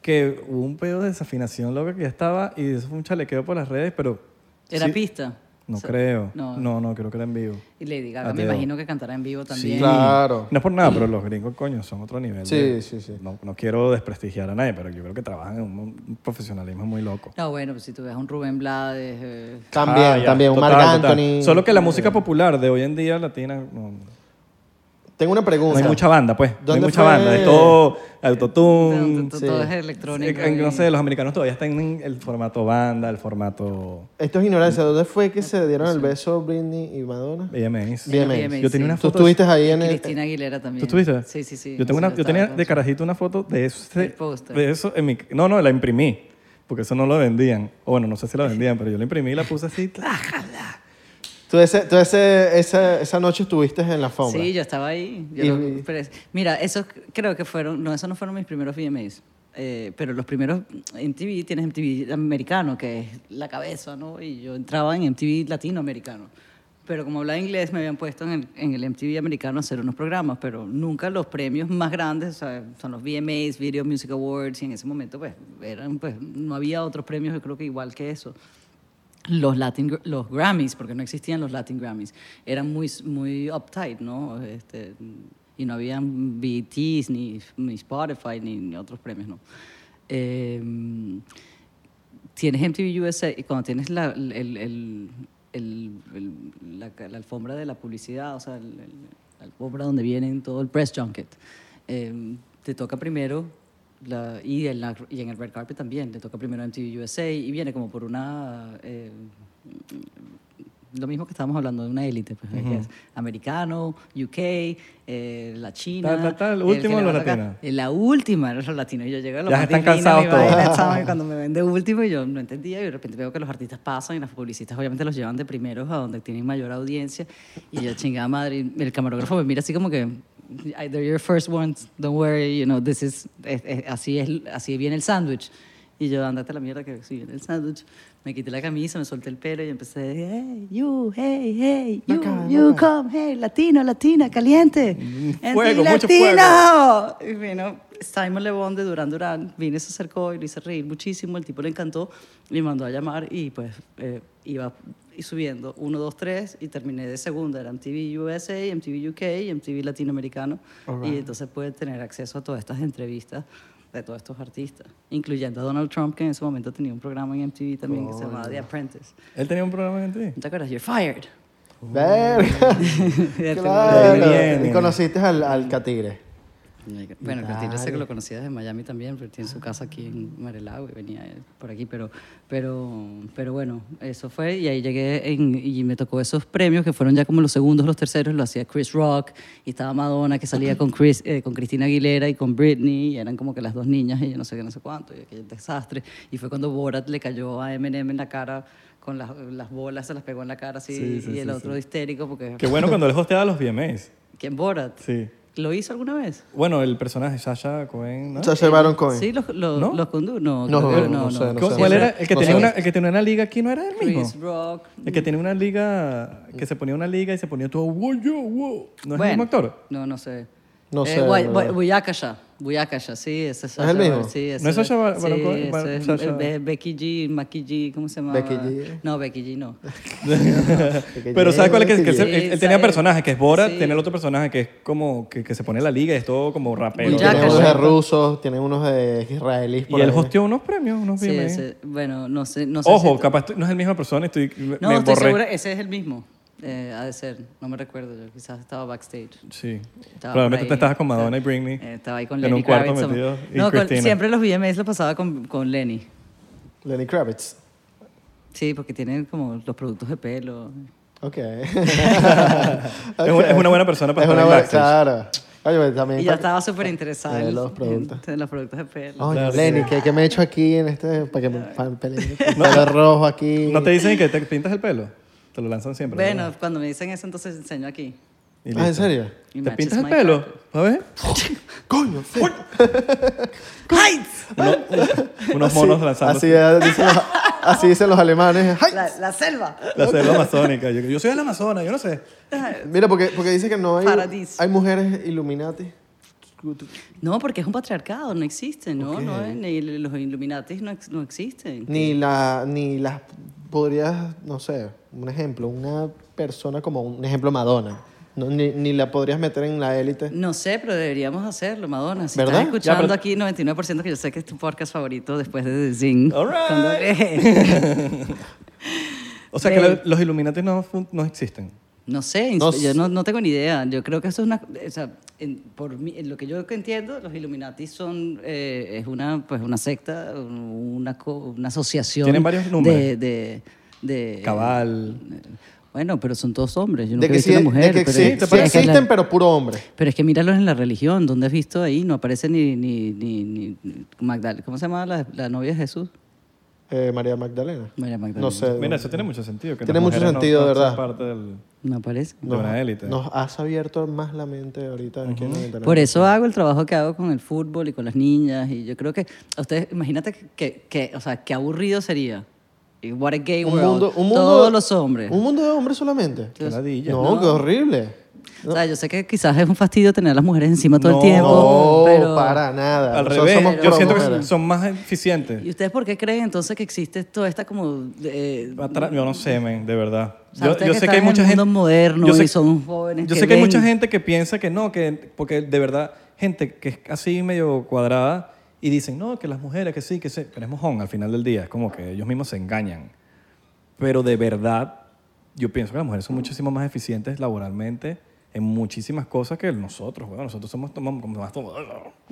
que hubo un pedo de desafinación loca que ya estaba y eso fue un chalequeo por las redes, pero
Era
sí-
pista.
no
O sea,
creo. No.
no.
no, creo que era en vivo.
Y Lady Gaga me
Ateo.
imagino que cantará en vivo también.
Sí.
Claro.
No es por nada, pero los gringos, coño, son otro nivel.
Sí,
de-
sí, sí.
No, no quiero desprestigiar a nadie, pero yo creo que trabajan en un, un profesionalismo muy loco.
No, bueno, pues si tú ves a un Rubén Blades, eh,
También,
Ah, ya,
también, un
total,
Marc
total.
Anthony.
Solo que la música popular de hoy en día latina. No,
Tengo una
no
pregunta.
hay mucha banda, pues. No hay
¿dónde
mucha
fue?
banda. Es todo autotune.
todo, todo es electrónico.
Eh, eh, No
y-
sé, los americanos todavía están en el formato banda, el formato
Esto es ignorancia. ¿Dónde fue que se dieron el beso Britney y Madonna?
VMAs.
Bien.
VMAs,
Yo tenía una
sí.
Tú
foto.
estuviste ahí en
Y
el.
Cristina Aguilera
¿Tú
también.
estuviste?
Sí, sí, sí.
Yo, tengo
Sí,
una,
yo
yo tenía
estaba
de
con-
carajito una foto de eso.
El póster.
de eso en mi, no, no, la imprimí. Porque eso no lo vendían. O bueno, no sé si la vendían, pero yo la imprimí y la puse así.
Tú, ese, tú ese, esa, esa noche estuviste en la alfombra.
Sí, yo estaba ahí. Yo
Y-
lo- pero es- mira, esos creo que fueron, no, esos no fueron mis primeros VMAs. eh, pero los primeros MTV, tienes MTV americano, que es la cabeza, ¿no? Y yo entraba en MTV latinoamericano. Pero como hablaba inglés, me habían puesto en el, en el MTV americano a hacer unos programas, pero nunca los premios más grandes, o sea, son los VMAs, Video Music Awards, y en ese momento, pues, eran, pues, no había otros premios, yo creo que igual que eso los Latin Gr- los Grammys porque no existían los Latin Grammys eran muy muy uptight no Este, y no habían BETs ni, ni Spotify ni, ni otros premios no Em, tienes MTV USA y cuando tienes la, el- el- el- el- el- la, ca- la alfombra de la publicidad, o sea, el- el- la alfombra donde vienen todo el press junket, eh, te toca primero, la, y, en la- y en el red carpet también, te toca primero MTV USA y viene como por una... eh, lo mismo que estábamos hablando de una élite, pues, que es americano, UK, eh, la China.
Tal, tal, tal,
el
último
que le
los
va a tocar.
latinos.
Eh, La última era los latinos. y Yo llegué a lo
Ya
más
están
divina,
cansados
mi
todos.
vaina, chamo, y cuando me ven de último y yo no entendía y de repente veo que los artistas pasan y las publicistas obviamente los llevan de primeros a donde tienen mayor audiencia y yo chingada madre y el camarógrafo me mira así como que they're your first ones don't worry you know this is es- es- así es así viene el sándwich Y yo, andate a la mierda que soy yo en el sándwich. Me quité la camisa, me solté el pelo y empecé, hey, you, hey, hey, you,
Bacán,
you,
bacán. Mm.
come, hey, latino, latina, caliente. En
fuego,
ti,
mucho
latino. Y vino Simon Le Bon de Durán Durán, vino y se acercó y lo hice reír muchísimo, el tipo le encantó, me mandó a llamar y pues eh, iba y subiendo, uno, dos, tres, y terminé de segunda, era MTV USA, MTV UK y MTV Latinoamericano. Y entonces pude tener acceso a todas estas entrevistas de todos estos artistas, incluyendo a Donald Trump, que en ese momento tenía un programa en MTV también que se llamaba The Apprentice.
Él tenía un programa en ti.
¿No te acuerdas? You're fired.
Verga.
viene.
claro. Y conociste al, al Catigre.
Bueno, Castillo sé que lo conocía desde Miami también, pero tiene su casa aquí en Marelago y venía él por aquí, pero, pero, pero bueno, eso fue y ahí llegué en- y me tocó esos premios que fueron ya como los segundos, los terceros, lo hacía Chris Rock y estaba Madonna que salía con, Chris, eh, con Cristina Aguilera y con Britney y eran como que las dos niñas y yo no sé qué, no sé cuánto y aquel desastre y fue cuando Borat le cayó a Eminem en la cara con las, las bolas, se las pegó en la cara así
Sí, sí,
y el
sí,
otro
sí.
histérico porque...
Qué bueno cuando él hosteaba los VMAs.
¿Quién Borat?
Sí.
¿Lo hizo alguna vez?
Bueno, el personaje Sasha Cohen, ¿no?
O sea, se llevaron con
Eh, Sí, los, los,
¿No?
los condu- No,
No,
creo que
no sé, no
¿Cu-
sé.
¿Cuál
Sí,
era?
sí.
El que,
No
tenía
sé.
una, el que tenía una liga aquí no era el mismo.
Chris Rock.
El que tenía una liga, que se ponía una liga y se ponía todo, wow, yo, wow. ¿No es el mismo actor?
No, no sé.
No sé,
Eh, Guay-
la
Guay-
verdad.
Buyakasha. Buyakasha, sí, ese es Sasha
el mismo?
Bar- Sí, ese
¿No es Sasha Bar-
sí,
Baron Cohen?
ese
Bar-
es-
Sasha-
eh, Be- Becky G, Maki G, ¿cómo se llama?
Becky G.
No, Becky G no.
Pero ¿sabes cuál es? Que, que él, se-
Sí,
él- él tenía
¿sabes?
personajes, que es Borat,
Sí.
tiene el otro personaje que es como que, que se pone la liga y es todo como rapero.
Pero-
Tienen
Jack
unos
Jack.
de rusos, tienen unos de israelíes. por
Y él
ahí.
hosteó unos premios, unos
Sí,
VMAs.
ese- bueno, no sé. No sé
Ojo,
si-
capaz estoy- no es la misma persona, estoy, me-
No,
me
estoy
borré.
segura, ese es el mismo. Eh, ha de ser, no me recuerdo yo, quizás estaba backstage.
Sí.
Estaba
Probablemente
por ahí.
tú estabas con Madonna y Britney.
Eh, estaba ahí con
en
Lenny
un cuarto
Kravitz.
metido, y
No, con-
Christina.
siempre los VMAs lo pasaba con, con Lenny.
Lenny Kravitz.
Sí, porque tienen como los productos de pelo.
Ok.
Es una- es una buena persona para estar en
es una buena,
backstage.
Claro. Oye, pues, también.
Y yo
pa-
estaba súper interesada
Eh,
en
los productos.
en los productos de pelo.
Oye, Lenny, ¿qué, qué me he hecho aquí en este? Para que me pa- pele- pelo rojo aquí. Ah,
¿No te dicen que te pintas el pelo? Te lo lanzan siempre.
bueno,
¿verdad?
cuando me dicen eso, entonces enseño aquí.
Y
Ah, ¿en
listo.
serio?
Y
¿Te
matches
pintas el
my
pelo?
character.
A ver.
Coño, sí.
¡Heights!
Uno-
Ah,
unos monos lanzando
Así, dicen los, así dicen los alemanes. ¡Ay!
La, la selva.
la selva amazónica. Yo, yo soy de la Amazona, yo no sé.
Mira, porque, porque dice que no hay,
Paradiso.
hay mujeres Illuminati.
No, porque es un patriarcado, no existen, ¿no? no eh, ni los Illuminatis no, ex- no existen.
Ni, la, ni las podrías, no sé, un ejemplo, una persona como un ejemplo Madonna. No, ni, ni la podrías meter en la élite.
No sé, pero deberíamos hacerlo, Madonna. Si
¿Verdad?
estás escuchando
Ya,
aquí 99%, que yo sé que es tu podcast favorito después de The Zing.
All right. O sea que
Ven.
lo- los Illuminati no, fun- no existen.
No sé,
No
yo
s-
no, no tengo ni idea. Yo creo que eso es una... O sea, en- por mí- en lo que yo que entiendo, los Illuminati son... eh, es una, pues, una secta, una, co- una asociación...
Tienen varios
De,
nombres.
de, de-
Cabal.
Bueno, pero son todos hombres. Yo
De
nunca he
que,
visto
sí,
una
de
mujer.
que
pero-
exi- sí
pero es que la-
existen, pero puro hombre.
pero es que míralos en la religión. ¿Dónde has visto ahí? No aparece ni... ni, ni, ni- ni- Magdal- ¿Cómo se llama la, la novia de Jesús?
Eh, María Magdalena.
María Magdalena.
No sé.
Mira, eso tiene mucho sentido. Que
Tiene
las
mucho
mujeres no-
sentido,
no
de
son
verdad.
parte del-
No aparece.
de una élite.
Nos has abierto más la mente ahorita. aquí en Internet.
Por eso hago el trabajo que hago con el fútbol y con las niñas. Y yo creo que, a ustedes, imagínate que, que, que, o sea, qué aburrido sería. Y what a gay
un
world.
mundo, un mundo,
Todos los hombres.
Un mundo de hombres solamente.
Qué ladilla.
No, qué horrible.
O sea, yo sé que quizás es un fastidio tener a las mujeres encima todo
No,
el tiempo.
No,
pero...
para nada.
Al
Nosotros
revés,
somos
yo
pro
siento que
mujeres.
son más eficientes.
¿Y ustedes por qué creen entonces que existe toda esta como... eh,
Atra- Yo no sé, men, de verdad.
O sea,
yo,
ustedes
yo
que
sé que hay
están en
mucha
el mundo
gente.
moderno
yo sé-
y son jóvenes
Yo
que
sé que hay
ven.
mucha gente que piensa que no, que porque de verdad, gente que es así medio cuadrada y dicen, no, que las mujeres, que sí, que sí. Pero es mojón al final del día. Es como que ellos mismos se engañan. Pero de verdad, yo pienso que las mujeres son muchísimo más eficientes laboralmente en muchísimas cosas que nosotros, weón. Nosotros somos tomamos como más. como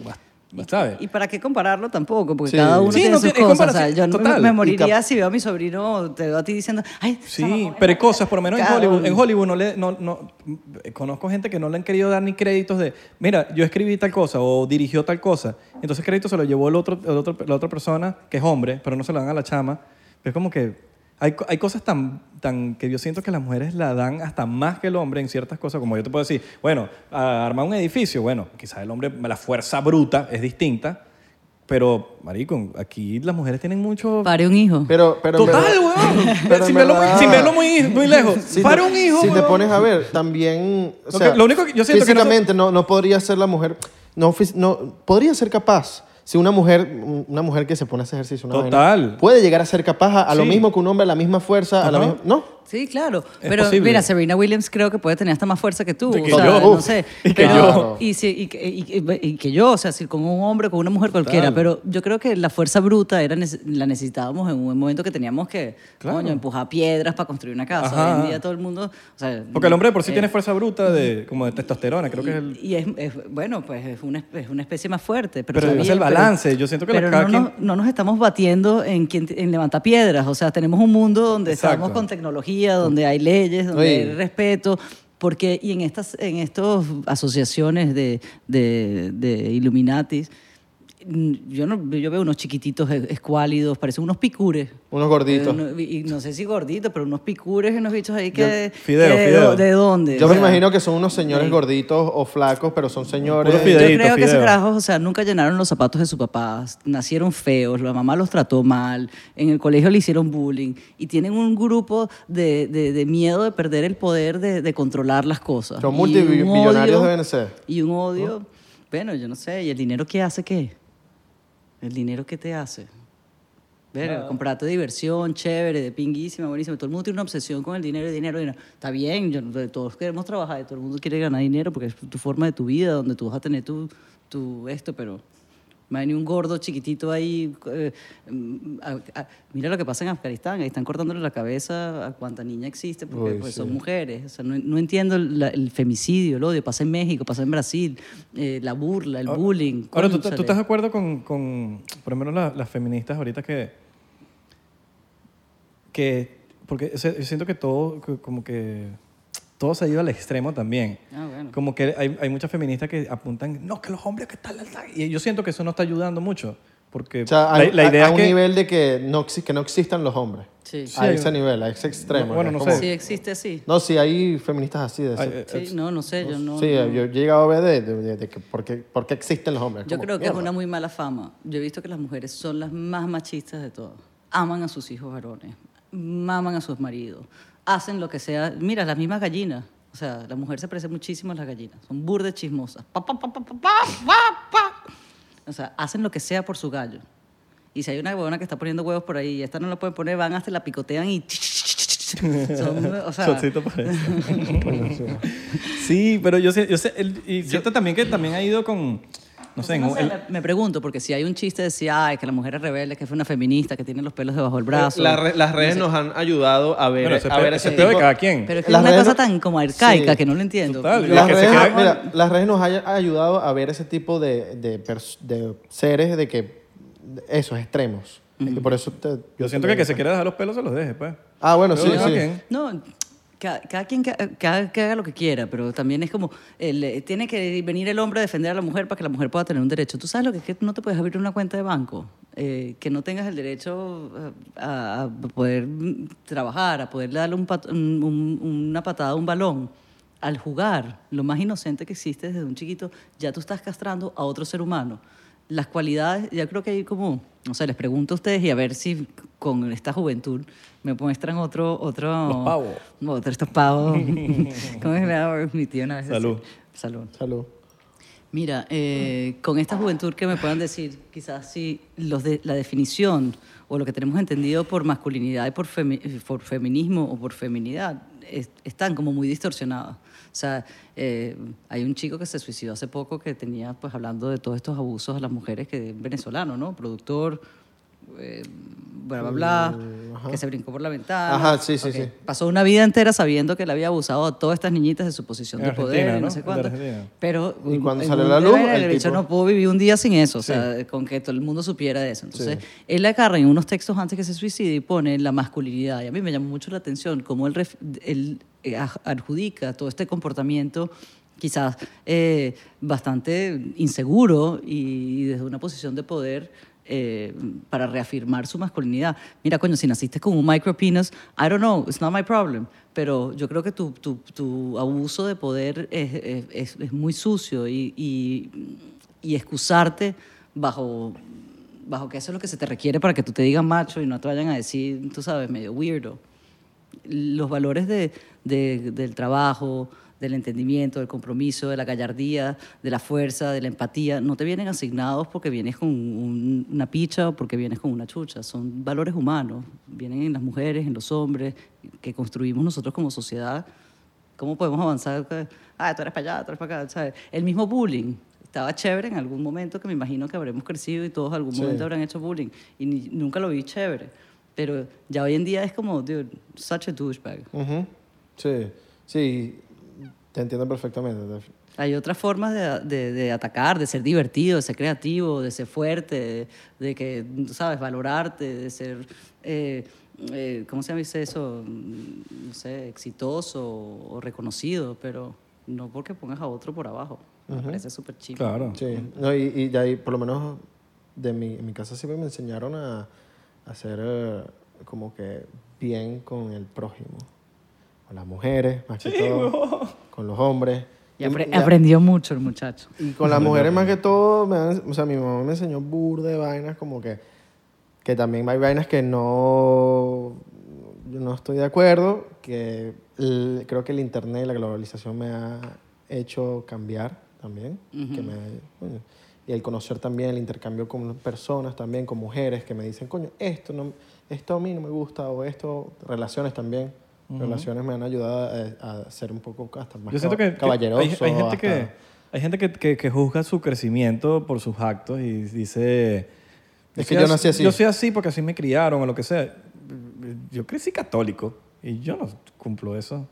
más- más, ¿Sabes?
¿Y para qué compararlo tampoco? Porque
Sí.
cada uno
Sí,
tiene
no
sus
tiene- es
cosas. O sea, yo
comparación
no me,
total.
me
Y
moriría
cap-
si veo a mi sobrino, te veo a ti diciendo, ay,
Sí, pero hay cosas, por lo menos en
Claro.
Hollywood. En Hollywood no le, no, no- eh, conozco gente que no le han querido dar ni créditos de, mira, yo escribí tal cosa o dirigió tal cosa. Entonces crédito se lo llevó el otro, el otro- la otra persona, que es hombre, pero no se lo dan a la chama. Pero es como que hay, co- hay cosas tan, tan que yo siento que las mujeres la dan hasta más que el hombre en ciertas cosas. Como yo te puedo decir, bueno, a- armar un edificio, bueno, quizás el hombre, la fuerza bruta es distinta, Pero, marico, aquí las mujeres tienen mucho...
Pare un hijo.
Pero, pero en
Total,
verdad-
weón.
pero
sin,
en
verlo muy,
verdad-
sin verlo muy, muy lejos.
Si
Para
te-
un hijo,
Si te
weón.
pones a ver, también. o
Lo
sea,
que- lo único que- yo siento que no-
físicamente no, no podría ser la mujer. No, fis- no, podría ser capaz. Si una mujer, una mujer que se pone a hacer ejercicio, una vaina,
Total.
puede llegar a ser capaz a, a lo
Sí.
mismo que un hombre, a la misma fuerza, a la
Ajá.
misma. No.
Sí, claro.
Es
pero
posible.
mira, Serena Williams creo que puede tener hasta más fuerza que tú.
De que
o sea,
yo.
no sé.
Y que
yo.
Y, si- y que- y que- y que yo, o sea, si con un hombre, con una mujer cualquiera.
Total.
Pero yo creo que la fuerza bruta era, nece- la necesitábamos en un momento que teníamos que,
Claro.
coño, empujar piedras para construir una casa.
Ajá.
Hoy en día todo el mundo... o sea,
Porque el hombre de por sí
eh,
tiene fuerza bruta de, como de testosterona, creo que es el...
y es, es- bueno, pues es una, es una especie más fuerte. Pero,
Pero
está
es
bien,
el balance. Yo siento que la-
pero
cada
no,
quien-
nos, no nos estamos batiendo en, quien, en levantar piedras. O sea, tenemos un mundo donde
Exacto.
estamos con tecnología, donde hay leyes, donde
Oye.
hay respeto. Porque, y en estas en estos asociaciones de, de, de Illuminatis, mm, yo, no, yo veo unos chiquititos es- escuálidos, parecen unos picures.
Unos gorditos.
Eh, no- y y no sé si gorditos, pero unos picures y unos bichos ahí que... que
Fideo,
de,
fideo.
do- ¿De dónde?
Yo
O
me
sea,
imagino que son unos señores gorditos o flacos, pero son señores.
Puro fideo.
yo
Fideíto,
creo que esos
fideo.
carajos, o sea, nunca llenaron los zapatos de su papá, nacieron feos, la mamá los trató mal, en el colegio le hicieron bullying y tienen un grupo de, de- de miedo de perder el poder de, de controlar las cosas.
Son
Y
multibi-
un
millonarios
odio-
deben ser.
Y un odio, bueno, yo no sé, ¿y el dinero qué hace qué? ¿El dinero qué te hace? Verga, comprate diversión, chévere, de pinguísima, buenísima. Todo el mundo tiene una obsesión con el dinero, el dinero, el dinero. Está bien, yo no- todos queremos trabajar, todo el mundo quiere ganar dinero porque es tu forma de tu vida, donde tú vas a tener tu, tu esto, pero imagínate un gordo chiquitito ahí. eh, mm, a- a- mira lo que pasa en Afganistán, ahí están cortándole la cabeza a cuánta niña existe porque
Uy,
pues,
sí.
son mujeres. O sea, no, no entiendo la- el femicidio, el odio. Pasa en México, pasa en Brasil, eh, la burla, el bullying.
Ah, Ahora, ¿tú, tú
cónchale.
estás de acuerdo con, con por lo menos la- las feministas ahorita que... que porque o sea, yo siento que todo, que- como que todo se ha ido al extremo también.
Ah, bueno.
Como que hay, hay muchas feministas que apuntan, no, que los hombres que tal, tal, tal". Y yo siento que eso no está ayudando mucho. Porque
O sea, a,
la, la
a-
idea
a
es
un
que...
nivel de que no, exi- que no existan los hombres.
Sí.
Sí,
a
hay
ese
un-
nivel, a ese extremo.
Bueno,
Es
no
como-
sé.
Sí, existe así.
No, sí, hay feministas así de
Ay,
ese-
eh,
Sí, no, no sé, yo no.
Pues, sí,
no.
yo he llegado a ver de, de- de- de que por qué, por qué existen los hombres.
Yo
Como,
creo que es
mierda.
una muy mala fama. Yo he visto que las mujeres son las más machistas de todas. Aman a sus hijos varones, maman a sus maridos, hacen lo que sea. Mira, las mismas gallinas. O sea, la mujer se parece muchísimo a las gallinas. Son burdes chismosas. Pa, pa, pa, pa, pa, pa, pa, pa. O sea, hacen lo que sea por su gallo. Y si hay una huevona que está poniendo huevos por ahí y esta no la pueden poner, van hasta la picotean y... Son, o sea,
Chocito para eso. sí, pero yo sé, yo sé, el- y siento también que también ha ido con, no sé, en
No
un-
sé,
el-
me- me pregunto, porque si hay un chiste de si, ay, que la mujer es rebelde, que fue una feminista, que tiene los pelos debajo del brazo.
Eh, La re- las redes nos han ayudado a ver,
bueno, eso es
a ver
pe- eso es
ese
peor de
tipo-
cada quien.
Pero es que
Las
es una
redes
cosa
no-
tan como arcaica
Sí.
que no lo entiendo.
Total,
Yo-
la
Las
que se
redes,
queda-
mira, las redes nos han ayudado a ver ese tipo de, de pers- de seres de que de esos extremos. Y por eso te-
yo siento que el que se quiera dejar los pelos se los deje, pues.
Ah, bueno, sí,
Pero cada
sí.
quien.
No, ca- cada, quien que, cada- que haga lo que quiera, pero también es como, el, eh, tiene que venir el hombre a defender a la mujer para que la mujer pueda tener un derecho. ¿Tú sabes lo que es que no te puedes abrir una cuenta de banco? Eh, que no tengas el derecho eh, a, a poder mm, trabajar, a poder darle un pat- un- un- una patada a un balón. Al jugar, lo más inocente que existe desde un chiquito, ya tú estás castrando a otro ser humano. Las cualidades, ya creo que hay como, no sé, les pregunto a ustedes y a ver si con esta juventud me muestran otro, otro,
Los pavos.
no, otro estos pavos. ¿Cómo es que le daba mi tío una vez?
Salud.
Salud.
Salud.
Mira, eh, con esta juventud que me puedan decir, quizás si los de, la definición o lo que tenemos entendido por masculinidad y por, femi- por feminismo o por feminidad es- están como muy distorsionadas. O sea, eh, hay un chico que se suicidó hace poco que tenía, pues hablando de todos estos abusos a las mujeres, que es venezolano, ¿no? Productor, eh, bla, bla, bla, que se brincó por la ventana.
Mm, Ajá, sí, sí,
Ok.
sí.
Pasó una vida entera sabiendo que le había abusado a todas estas niñitas de su posición
En
de
Argentina,
poder,
¿no?
no, sé
El de
cuánto.
Argentina.
Pero
Y cuando
en
sale
un
la luz,
deber,
el
el bicho
tipo-
no pudo vivir un día sin eso, o sea, con que todo el mundo supiera de eso. Entonces, él agarra en unos textos antes que se suicide y pone la masculinidad. Y a mí me llamó mucho la atención cómo él, ref- él, eh, aj- adjudica todo este comportamiento quizás eh, bastante inseguro y desde una posición de poder eh, para reafirmar su masculinidad. Mira, coño, si naciste con un micropenis, I don't know, it's not my problem. Pero yo creo que tu, tu- tu abuso de poder es, es- es- es muy sucio y, y- y excusarte bajo bajo que eso es lo que se te requiere para que tú te digas macho y no te vayan a decir, tú sabes, medio weirdo. Los valores de, de- del trabajo, del entendimiento, del compromiso, de la gallardía, de la fuerza, de la empatía, no te vienen asignados porque vienes con un- una picha o porque vienes con una chucha. Son valores humanos. Vienen en las mujeres, en los hombres, que construimos nosotros como sociedad. ¿Cómo podemos avanzar? Ah, tú eres para allá, tú eres para acá. ¿sabes? El mismo bullying. Estaba chévere en algún momento que me imagino que habremos crecido y todos algún
Sí.
momento habrán hecho bullying. Y ni- nunca lo vi chévere. Pero ya hoy en día es como, dude, such a douchebag.
Ujú. Sí, sí, te entiendo perfectamente.
Hay otras formas de, de- de atacar, de ser divertido, de ser creativo, de ser fuerte, de, de que, tú sabes, valorarte, de ser, eh, eh, ¿cómo se dice eso? Mm, No sé, exitoso o, o reconocido, pero no porque pongas a otro por abajo. Me parece súper chido.
Claro.
Sí, no, y, y de ahí, por lo menos de mi, en mi casa siempre me enseñaron a, a ser eh, como que bien con el prójimo, con las mujeres, más que todo, con los hombres.
Y apre-
ya-
aprendió mucho el muchacho.
Y con las mujeres más que todo, me han- o sea, mi mamá me enseñó burda de vainas como que, que también hay vainas que no, yo no estoy de acuerdo, que el- creo que el internet y la globalización me ha hecho cambiar también, que me, coño, y el conocer también, el intercambio con personas también, con mujeres que me dicen, coño, esto, no, esto a mí no me gusta, o esto, relaciones también. Relaciones me han ayudado a, a ser un poco hasta más
Yo siento
caba-
que, que
caballeroso.
hay, hay gente,
hasta-
que, hay gente que, que- que juzga su crecimiento por sus actos y dice...
Es que
soy
yo nací así.
Yo soy así porque así me criaron o lo que sea. Yo crecí católico y yo no cumplo eso.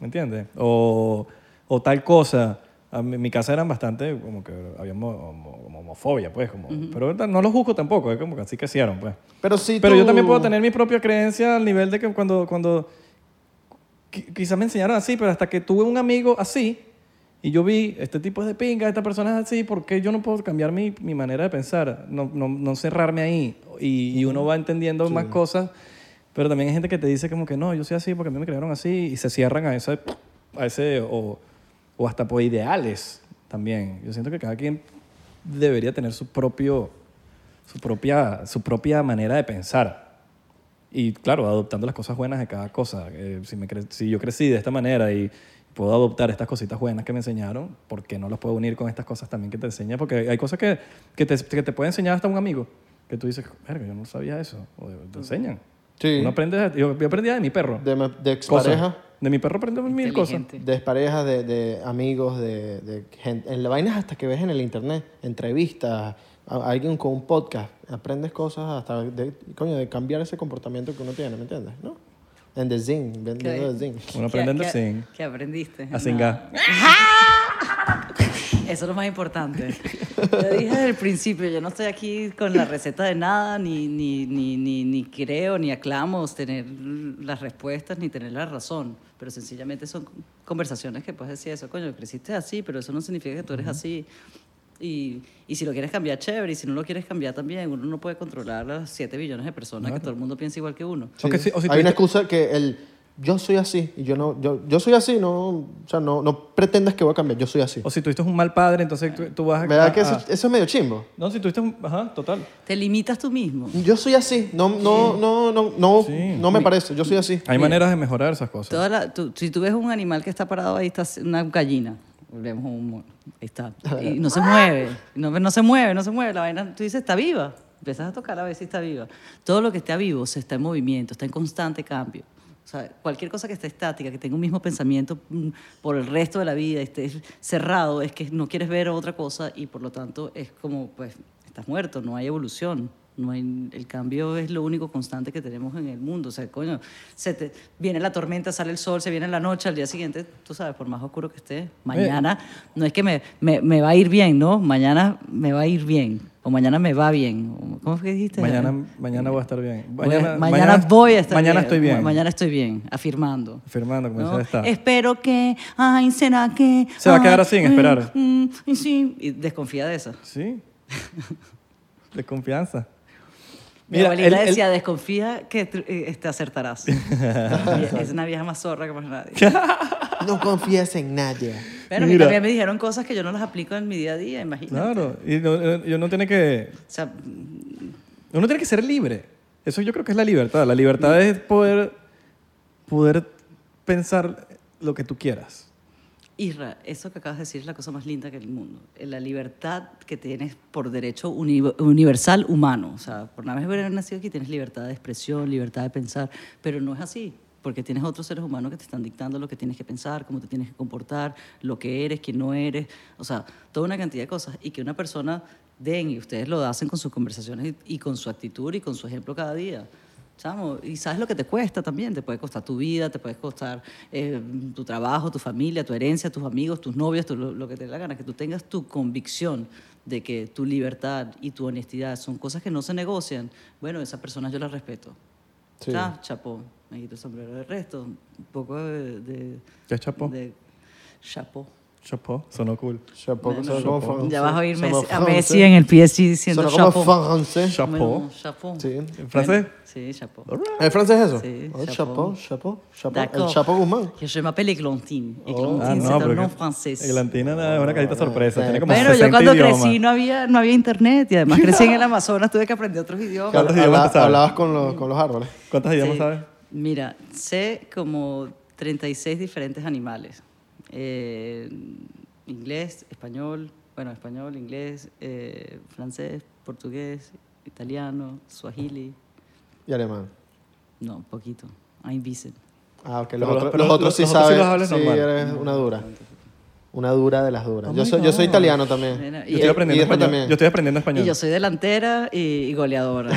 ¿Me entiendes? O, o tal cosa. A mí- En mi casa eran bastante como que había homo- homo- como homofobia, pues. Como, Pero no lo juzgo tampoco, es como que así crecieron, pues.
Pero sí
Pero yo
tú-
también puedo tener mi propia creencia al nivel de que cuando, cuando qui- quizás me enseñaron así, pero hasta que tuve un amigo así y yo vi, este tipo es de pinga, esta persona es así, ¿por qué yo no puedo cambiar mi, mi manera de pensar? No, no, no cerrarme ahí. Y, y uno va entendiendo más cosas, pero también hay gente que te dice como que no, yo soy así porque a mí me crearon así y se cierran a ese, a ese o, o hasta por ideales también. Yo siento que cada quien debería tener su propio su propia, su propia manera de pensar. Y claro, adoptando las cosas buenas de cada cosa. Eh, si, me cre- si yo crecí de esta manera y puedo adoptar estas cositas buenas que me enseñaron, ¿por qué no las puedo unir con estas cosas también que te enseña? Porque hay cosas que, que, te, que te puede enseñar hasta un amigo. Que tú dices, verga, yo no sabía eso. O te enseñan.
Sí.
Uno aprende, yo, yo aprendía de mi perro.
De, me- de
Cosas.
exparejas,
De mi perro aprendo mil cosas.
Inteligente.
de exparejas, de, de amigos, de, de gente. En la vainas hasta que ves en el internet, entrevistas, a- alguien con un podcast, aprendes cosas hasta de, coño, de cambiar ese comportamiento que uno tiene, ¿me entiendes? ¿No? En The Zing, vendiendo The Zing.
Uno aprende
¿Qué-
a
qué-
sing,
¿Qué aprendiste?
a singar.
Eso es lo más importante. Lo dije desde el principio, yo no estoy aquí con la receta de nada, ni, ni, ni, ni, ni creo, ni aclamo tener las respuestas, ni tener la razón, pero sencillamente son conversaciones que puedes decir eso, coño, creciste así, pero eso no significa que tú eres así. Y, y si lo quieres cambiar, chévere, y si no lo quieres cambiar también, uno no puede controlar a las 7 billones de personas que todo el mundo piensa igual que uno.
O que si- o si
Hay
tuviste-
una excusa que el yo soy así y yo no yo, yo soy así, no, o sea, no, no pretendas que voy a cambiar, yo soy así.
O ah, si tuviste un mal padre, entonces tú, tú vas a...
¿Verdad que
a-
eso, eso es medio chimbo?
No, si tuviste un... Ajá, total.
Te limitas tú mismo.
Yo soy así, no no no no no,
Sí.
no me parece, yo soy así.
Hay maneras de mejorar esas cosas.
Toda la- tú- si tú ves un animal que está parado ahí, está una gallina. Volvemos a un mono. Ahí está. Y no se mueve. No, no se mueve, no se mueve. La vaina, tú dices, está viva. Empiezas a tocar a ver si está viva. Todo lo que está vivo se está en movimiento, está en constante cambio. O sea, cualquier cosa que esté estática, que tenga un mismo pensamiento mm, por el resto de la vida, esté cerrado, es que no quieres ver otra cosa y por lo tanto es como, pues, estás muerto, no hay evolución. No hay- el cambio es lo único constante que tenemos en el mundo. O sea, coño, se te, viene la tormenta, sale el sol, se viene la noche, al día siguiente, tú sabes, por más oscuro que esté, mañana, no es que me, me- me va a ir bien, ¿no? Mañana me va a ir bien, o mañana me va bien. o- ¿Cómo fue que dijiste?
Mañana, mañana voy a estar bien.
Voy a- mañana, voy a estar
Mañana
bien.
estoy bien.
Ma- Mañana estoy bien, afirmando.
Afirmando, como
¿no?
dice esta.
Espero que, ay, será que.
Se va a
ay,
quedar así en
mm,
esperar.
mm, y sí, y desconfía de eso.
Sí. De confianza.
Mi
Mira,
abuelita
el- el-
decía, desconfía que tr- eh, te acertarás. Y es una vieja más zorra que más nadie.
No confíes en nadie.
Pero a mí
Mira.
también me dijeron cosas que yo no las aplico en mi día a día, imagínate.
Claro. Y no, eh, yo no tiene que...
O sea, mm,
Uno tiene que ser libre. Eso yo creo que es la libertad. La
Mm.
libertad es poder, poder pensar lo que tú quieras.
Isra, eso que acabas de decir es la cosa más linda que el mundo. Eh, La libertad que tienes por derecho uni- universal humano. O sea, por nada más haber nacido aquí tienes libertad de expresión, libertad de pensar, pero no es así. Porque tienes otros seres humanos que te están dictando lo que tienes que pensar, cómo te tienes que comportar, lo que eres, quién no eres. O sea, toda una cantidad de cosas. Y que una persona den, y ustedes lo hacen con sus conversaciones y, y con su actitud y con su ejemplo cada día. Chamo, y sabes lo que te cuesta también, te puede costar tu vida, te puede costar eh, tu trabajo, tu familia, tu herencia, tus amigos, tus novios, tu- lo, lo que te dé la gana, que tú tengas tu convicción de que tu libertad y tu honestidad son cosas que no se negocian, bueno, esas personas yo las respeto.
Sí.
Ya, chapó, me quito el sombrero del resto, un poco de... de
Ya chapó.
de- chapó.
Chapó. Sonó cool.
Chapeau,
Bueno,
sonó como francés.
Ya vas a oír
Sonó
Messi- a
francés.
Messi en el PSG diciendo
Sonó
chapó.
como francés.
Chapó.
Bueno, chapó.
Sí.
¿En francés?
Bueno, sí, chapó.
¿Es francés eso?
Sí,
Oh,
chapeau.
chapeau, chapeau, chapeau. El
D'accord.
Chapo Guzmán.
Que Je m'appelle Eglantine.
Ah,
Eglantine,
no,
c'est un
pero
nom
que-
francés.
Eglantina no, es una carita sorpresa. Tiene como
Bueno,
60
yo cuando
idiomas.
crecí no había, no había internet y además crecí en el Amazonas, tuve que aprender otros idiomas.
¿Cuántos
Habla-
idiomas te sabes?
hablabas con los, con los árboles.
¿Cuántos idiomas
Sí.
sabes?
Mira, sé como 36 diferentes animales. Eh, inglés, español, bueno, español, inglés, eh, francés, portugués, italiano, swahili.
Y alemán.
No, poquito. Ein bisschen.
Ah, ok.
Pero
Los,
los-
otros,
pero
los
los-
otros sí
los otros sí
saben.
los hablas
sí,
normal.
eres una dura. Una dura de las duras.
Oh
yo,
my
soy, yo soy
God.
italiano también.
Bueno,
Yo estoy aprendiendo
Isra
español.
también.
Yo estoy aprendiendo español.
Y yo soy delantera y, y goleadora.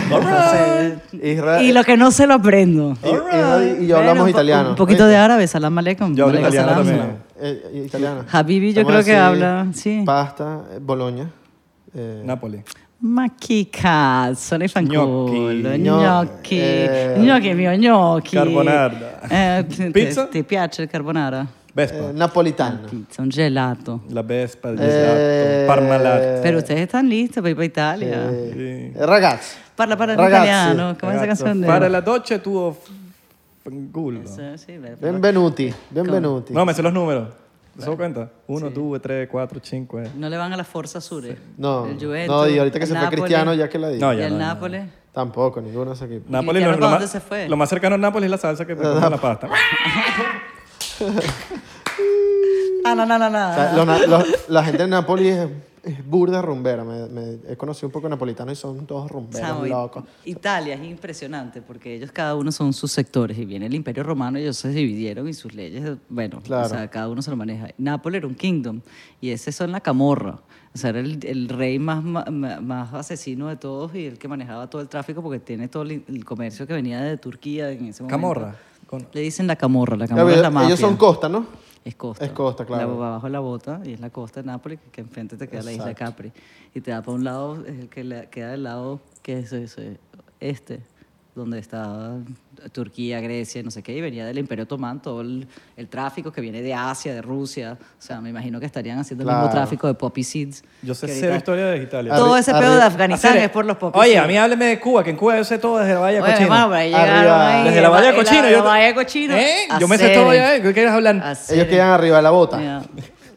Isra-
Y lo que no se lo aprendo.
y- Isra y yo
Bueno,
hablamos
un po-
italiano.
Un poquito
¿viste?
de árabe, salam aleikum.
Yo hablo
Aleikum
italiano
salam.
también.
Eh, eh, italiano.
Habibi yo
Vamos a
creo que
decir
habla, sí.
Pasta, eh, Boloña. eh,
Napoli.
Ma chi cazzo, lei fa un
Gnocchi.
culo,
Gno-
gnocchi,
eh,
gnocchi mio gnocchi.
Carbonara.
Eh, te-
Pizza?
Ti, piace il carbonara?
Vespa.
eh, napolitano.
Pizza, un gelato.
La Vespa, el
Eh,
Gelato, Parmalat.
Pero ustedes están listos para ir para Italia.
Eh, Ragazzi.
Parla, parla in
Ragazzi,
italiano, come esa
Ragazzo,
canzone?
Para la doce tuvo fangullo.
Eh, sì, beh, però-
Benvenuti. Benvenuti.
No, me sé los números. ¿Te das cuenta? Uno, dos, tres, cuatro, cinco. eh.
Non le vanno alla Forza Sure?
No,
il Juventus,
no, y ahorita que
il
se fue
Napoli,
Cristiano, ya que la di.
No,
e
ya
il
no. ya no.
Napoli?
Tampoco, ninguno de esos equipos.
Napoli,
Cristiano,
lo, lo
¿para dónde
más,
se fue?
lo más cercano a Nápoles es la salsa que te pones en la pasta.
Ah, no, no, no, no.
O sea, los na- los- la gente de Napoli es, es burda rumbera. Me, me- he conocido un poco napolitano y son todos rumberos
Chamo,
locos.
It- Italia es impresionante porque ellos cada uno son sus sectores y viene el Imperio Romano ellos se dividieron y sus leyes, bueno,
Claro.
o sea, cada uno se lo maneja. Nápoles era un kingdom y ese son la camorra. O sea, era el, el rey más, ma- ma- más asesino de todos y el que manejaba todo el tráfico porque tiene todo el, el comercio que venía de Turquía en ese momento.
Camorra. Con-
Le dicen la camorra, la
Claro,
camorra es la
ellos,
mafia.
ellos son costa, ¿no?
Es costa.
Es costa, claro.
La- abajo es la bota y es la costa de Nápoles, que, que enfrente te queda la isla Capri. Y te da para un lado, es el que le- queda del lado que es ese, este, donde está Turquía, Grecia, y no sé qué, y venía del Imperio Otomán todo el, el tráfico que viene de Asia, de Rusia. O sea, me imagino que estarían haciendo el
Claro.
mismo tráfico de poppy seeds.
Yo sé
que
cero
ahorita-
historia de Italia.
Todo
Arri-
ese pedo
arri-
de Afganistán
Hacer-
es por los poppy
Oye,
seeds.
a mí hábleme de Cuba, que en Cuba yo sé todo desde la Valle
Oye,
Cochina.
hermano, pero ahí llegaron
Arriba.
ahí,
desde la Valle
va-
Cochina.
La,
yo
la Bahía Cochina.
¿Eh? Yo me sé todo
Hacer-
allá. ¿eh? ¿Qué quieres hablar?
hacer-
Ellos quedan arriba de la bota.
Mira,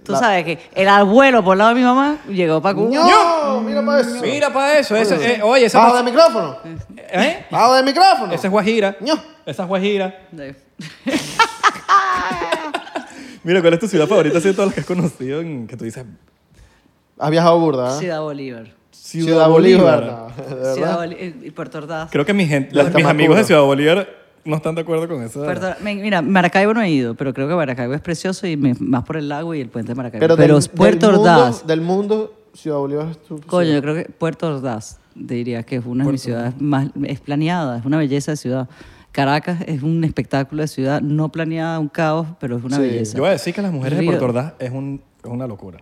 Tú sabes que el abuelo por el lado de mi mamá llegó para Cuba.
¡No! Mira para eso.
Mira para eso. Ese, eh, oye, esa,
Bajo del micrófono.
¿eh?
Bajo Ah, del micrófono.
esa es Guajira.
Ño.
Esa es Guajira.
De-
Mira, ¿cuál es tu ciudad favorita? Así de todas las que has conocido, en- que tú dices
Has viajado burda, ¿eh?
Ciudad Bolívar.
Ciudad,
Ciudad
Bolívar.
no, de
Ciudad
verdad.
Bolívar y Puerto Ordaz.
Creo que mi gente,
La
los-
está
mis
más
amigos de
puro.
Ciudad Bolívar no están de acuerdo con eso.
Puerto Ordaz- me- Mira, Maracaibo no he ido, pero creo que Maracaibo es precioso y me- más por el lago y el puente de Maracaibo. Pero,
del- del
Puerto
mundo-
Ordaz,
Del mundo, Ciudad Bolívar es tu.
coño, yo creo que Puerto Ordaz diría que es una de mis ciudades más es planeada, es una belleza de ciudad. Caracas es un espectáculo de ciudad no planeada, un caos, pero es una
Sí.
belleza.
Yo voy a decir que las mujeres
Río-
de Puerto Ordaz es, un, es una locura.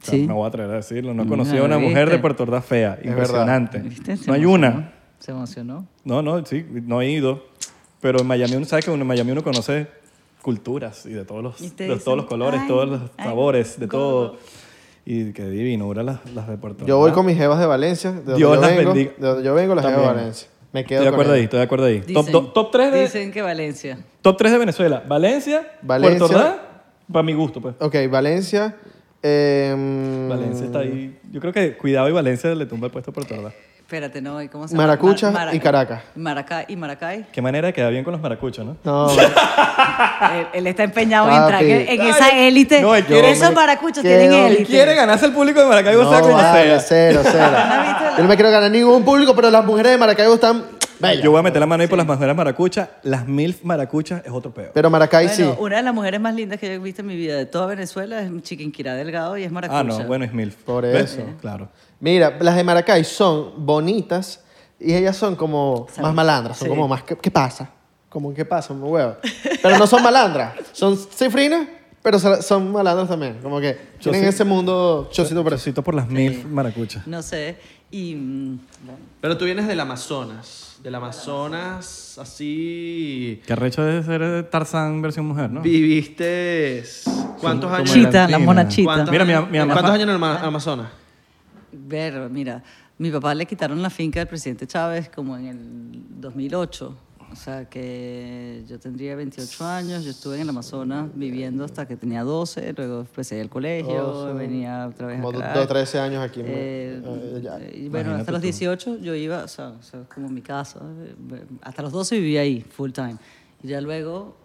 O sea,
Sí.
Me voy a atrever a decirlo. No he
Mm,
conocido a una
¿viste?
mujer de Puerto Ordaz fea.
verdad.
Impresionante.
¿Viste? Se
No hay
emocionó.
una.
Se emocionó.
No, no, sí, no he ido. Pero en Miami uno sabe que uno- en Miami uno conoce culturas y de todos los,
Y te
de todos
dicen,
los colores,
"Ay,
todos los
ay,
sabores, de todo.
gordo".
Y qué divinura las, las de Puerto
Yo voy con mis jevas de Valencia. De donde
Dios
yo
las
vengo,
bendiga.
De donde yo vengo, las jevas de
También.
Valencia. Me
Estoy
quedo
de
con
acuerdo ahí,
ellas.
estoy de acuerdo ahí. Top-
Dicen-
top, top 3 de,
Dicen que Valencia.
Top 3 de Venezuela. Valencia,
Valencia.
Puerto Ordaz, para mi gusto, pues.
Ok, Valencia. em, Mm.
Valencia está ahí. Yo creo que Cuidado y Valencia le tumba el puesto a Puerto Ordaz.
Espérate, no, ¿y ¿cómo se llama?
Maracucha
Mar- Mara-
y Caracas.
Maracay y Maracay.
Qué manera de quedar bien con los maracuchos, ¿no?
No,
Él, él está empeñado en entrar
Papi.
en, en esa élite.
no, él quiere-
Esos maracuchos
Quiero-
tienen
Él
élite.
quiere ganarse el público de Maracaibo,
no,
sea como
vale,
sea.
cero, cero. Yo no me quiero ganar ningún público, pero las mujeres de Maracaibo están bellas.
Yo voy a meter la mano ahí por las mujeres maracuchas. Las mil maracuchas es otro peo.
Pero Maracay
Bueno,
sí.
una de las mujeres más lindas que yo he visto en mi vida de toda Venezuela es Chiquinquirá Delgado y es maracucha.
Ah, no, bueno, es mil.
Por eso.
Claro.
Mira, las de Maracay son bonitas y ellas son como más malandras, son como más, ¿qué, qué pasa? Como, ¿qué pasa, mi huevo? Pero no son malandras, son cifrinas, pero so- son malandras también. Como que tienen
sí.
ese mundo chocito por eso.
Chocito por las mil maracuchas.
No sé. Y mm, bueno,
Pero tú vienes del Amazonas. Del Amazonas, así.
Qué arrecho de ser eh, Tarzán versión mujer, ¿no?
Viviste. ¿Cuántos
Como
años?
Chita, la
Latina.
mona chita.
¿Cuántos
Mira, mi-
años-
mi mamá-
¿Cuántos años en el Ama- Amazonas?
ver, mira, mi papá le quitaron la finca del presidente Chávez como en el 2008. O sea que yo tendría 28 años, yo estuve en el Amazonas viviendo hasta que tenía 12, luego empecé el colegio,
Doce,
venía otra vez
Como
a
dos,
Caracas.
dos, 13 años aquí. en-
Eh,
eh, ya.
y bueno, hasta los 18 yo iba, o sea, o sea, como mi casa, eh, hasta los 12 vivía ahí, full time. Y ya luego,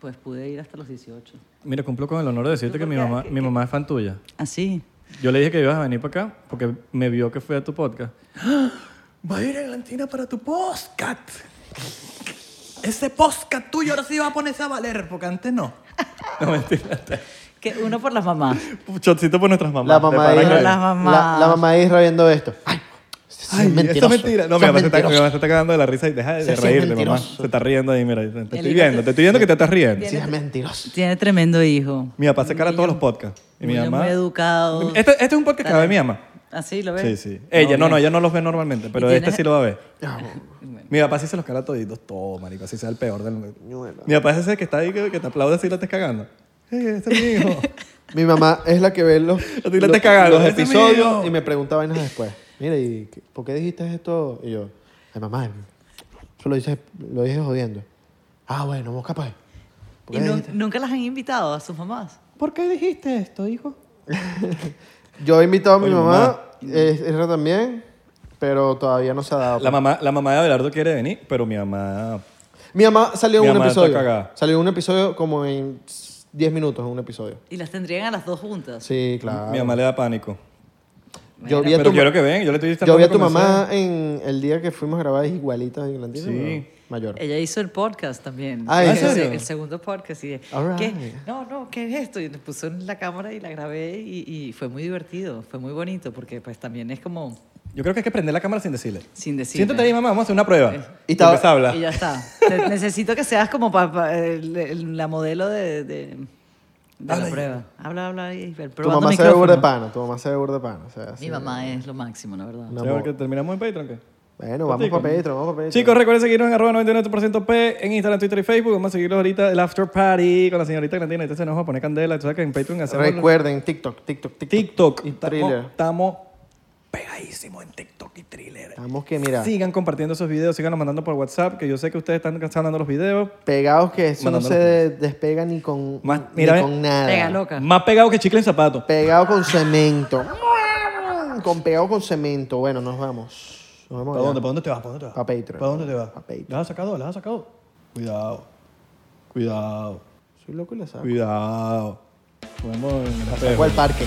pues pude ir hasta los 18.
Mira, cumplo con el honor de decirte que mi mamá, mi mamá es fan tuya.
Ah,
Así.
Yo le dije que ibas a venir para acá porque me vio que fui a tu podcast. ¡Ah! Va a ir Atlantina para tu podcast. Ese podcast tuyo ahora sí va a ponerse a valer, porque antes no. No, mentira.
Que uno por las mamás.
Un Chocito por nuestras mamás.
La
de
mamá
pana
de
que-
Isra.
Isra.
Las mamás.
La, la mamá de Isra viendo esto. Ay, eso
Ay,
es
esto
mentiroso.
es mentira. No, mi
Son
mamá, se está, mi
mentirosos.
mamá se está cagando de la risa y deja de,
Eso sí es
reírte, mamá.
mentiroso.
Se está riendo ahí, mira. Te estoy
Eli-
viendo, te estoy viendo que te estás riendo.
Sí, es mentiroso.
Tiene tremendo hijo.
Mi papá se cara todos los podcasts. Y mi
Muy-
mamá...
muy educado.
Este, este es un podcast que va a ver mi mamá.
Así Ah, lo ves.
Sí, sí. Ella, no, no, ella no los ve normalmente, pero este
tienes-
sí lo va a ver. Mi papá sí se los cara toditos, todo, marico, así sea el peor del mundo. Mi papá es ese que está ahí, que, que te aplaude así y lo estés cagando. Eh, este es mi hijo.
Mi mamá es la que ve los,
A ti la estás cagando,
los
ese es mi hijo.
episodios y me pregunta vainas después. Mira, ¿y qué- por qué dijiste esto? Y yo, ay, mamá, eso lo dices, lo dices jodiendo. Ah, bueno, vos capaz. ¿Por
Y
qué
nu-
dijiste?
nunca las han invitado a sus mamás.
¿Por qué dijiste esto, hijo?
Yo he invitado a mi
Oye, mamá.
mamá, eh, Isra también, pero todavía no se ha dado.
La mamá, la mamá de Abelardo quiere venir, pero mi mamá...
mi mamá salió en
Mi
un
mamá está
episodio.
cagada.
Salió en un episodio como en 10 minutos, en un episodio.
Y las tendrían a las dos juntas.
Sí, claro.
Mi mamá le da pánico.
yo vi a
Pero
tu,
quiero que ven, yo le estoy diciendo...
yo vi a tu mamá en el día que fuimos grabadas igualitas en Irlandina.
Sí.
pero Mayor.
Ella hizo el podcast también.
Ah, ¿en
Hizo
serio?
El segundo podcast. Y de,
All right.
¿qué? No, no, ¿qué es esto? Y le puso en la cámara y la grabé y, y fue muy divertido, fue muy bonito porque pues también es como
Yo creo que hay que prender la cámara sin decirle.
sin decir.
Siéntate ahí, mamá, vamos a hacer una prueba.
Y
Y
estaba-
te habla.
Y ya está. Te- necesito que seas como pa- pa- el- el- la modelo de, de, de
Habla
la
ahí.
prueba. Habla, habla y
Tu mamá se ve burda de pana, tu mamá se ve burda de pana. o sea,
Mi
sí.
mamá es lo máximo, la verdad.
No.
¿Sabes por qué terminamos en Patreon? ¿qué?
Bueno, vamos para Petro, vamos para Petro.
Chicos, recuerden seguirnos en arroba 99% P en Instagram, Twitter y Facebook. Vamos a seguirlo ahorita el After Party con la señorita Grantina. Entonces nos vamos a poner candela. Tú sabes que en Patreon hacemos
recuerden TikTok, TikTok, TikTok.
TikTok.
y
Estamos,
Thriller.
estamos pegadísimos en TikTok y Thriller.
Estamos que, mira,
Sigan compartiendo esos videos, síganos mandando por WhatsApp, que yo sé que ustedes están cansados de los videos.
pegados que eso no se
Mandándolos
despega ni con,
Más-
ni
mira, ve.
con nada.
Pega loca.
Más pegados que chicle en zapato.
Pegado con cemento. con pegado con cemento. Bueno, nos vamos. Nos vemos
¿Para
allá.
dónde, ¿Para dónde te vas? ¿Para dónde te vas?
Pa' Patreon.
¿Para dónde te vas?
Pa' Patreon.
¿Las has sacado? ¿Las has sacado? Cuidado. Cuidado.
Soy loco y la saco.
Cuidado. Nos vemos en el
Saco
espejo.
al parque.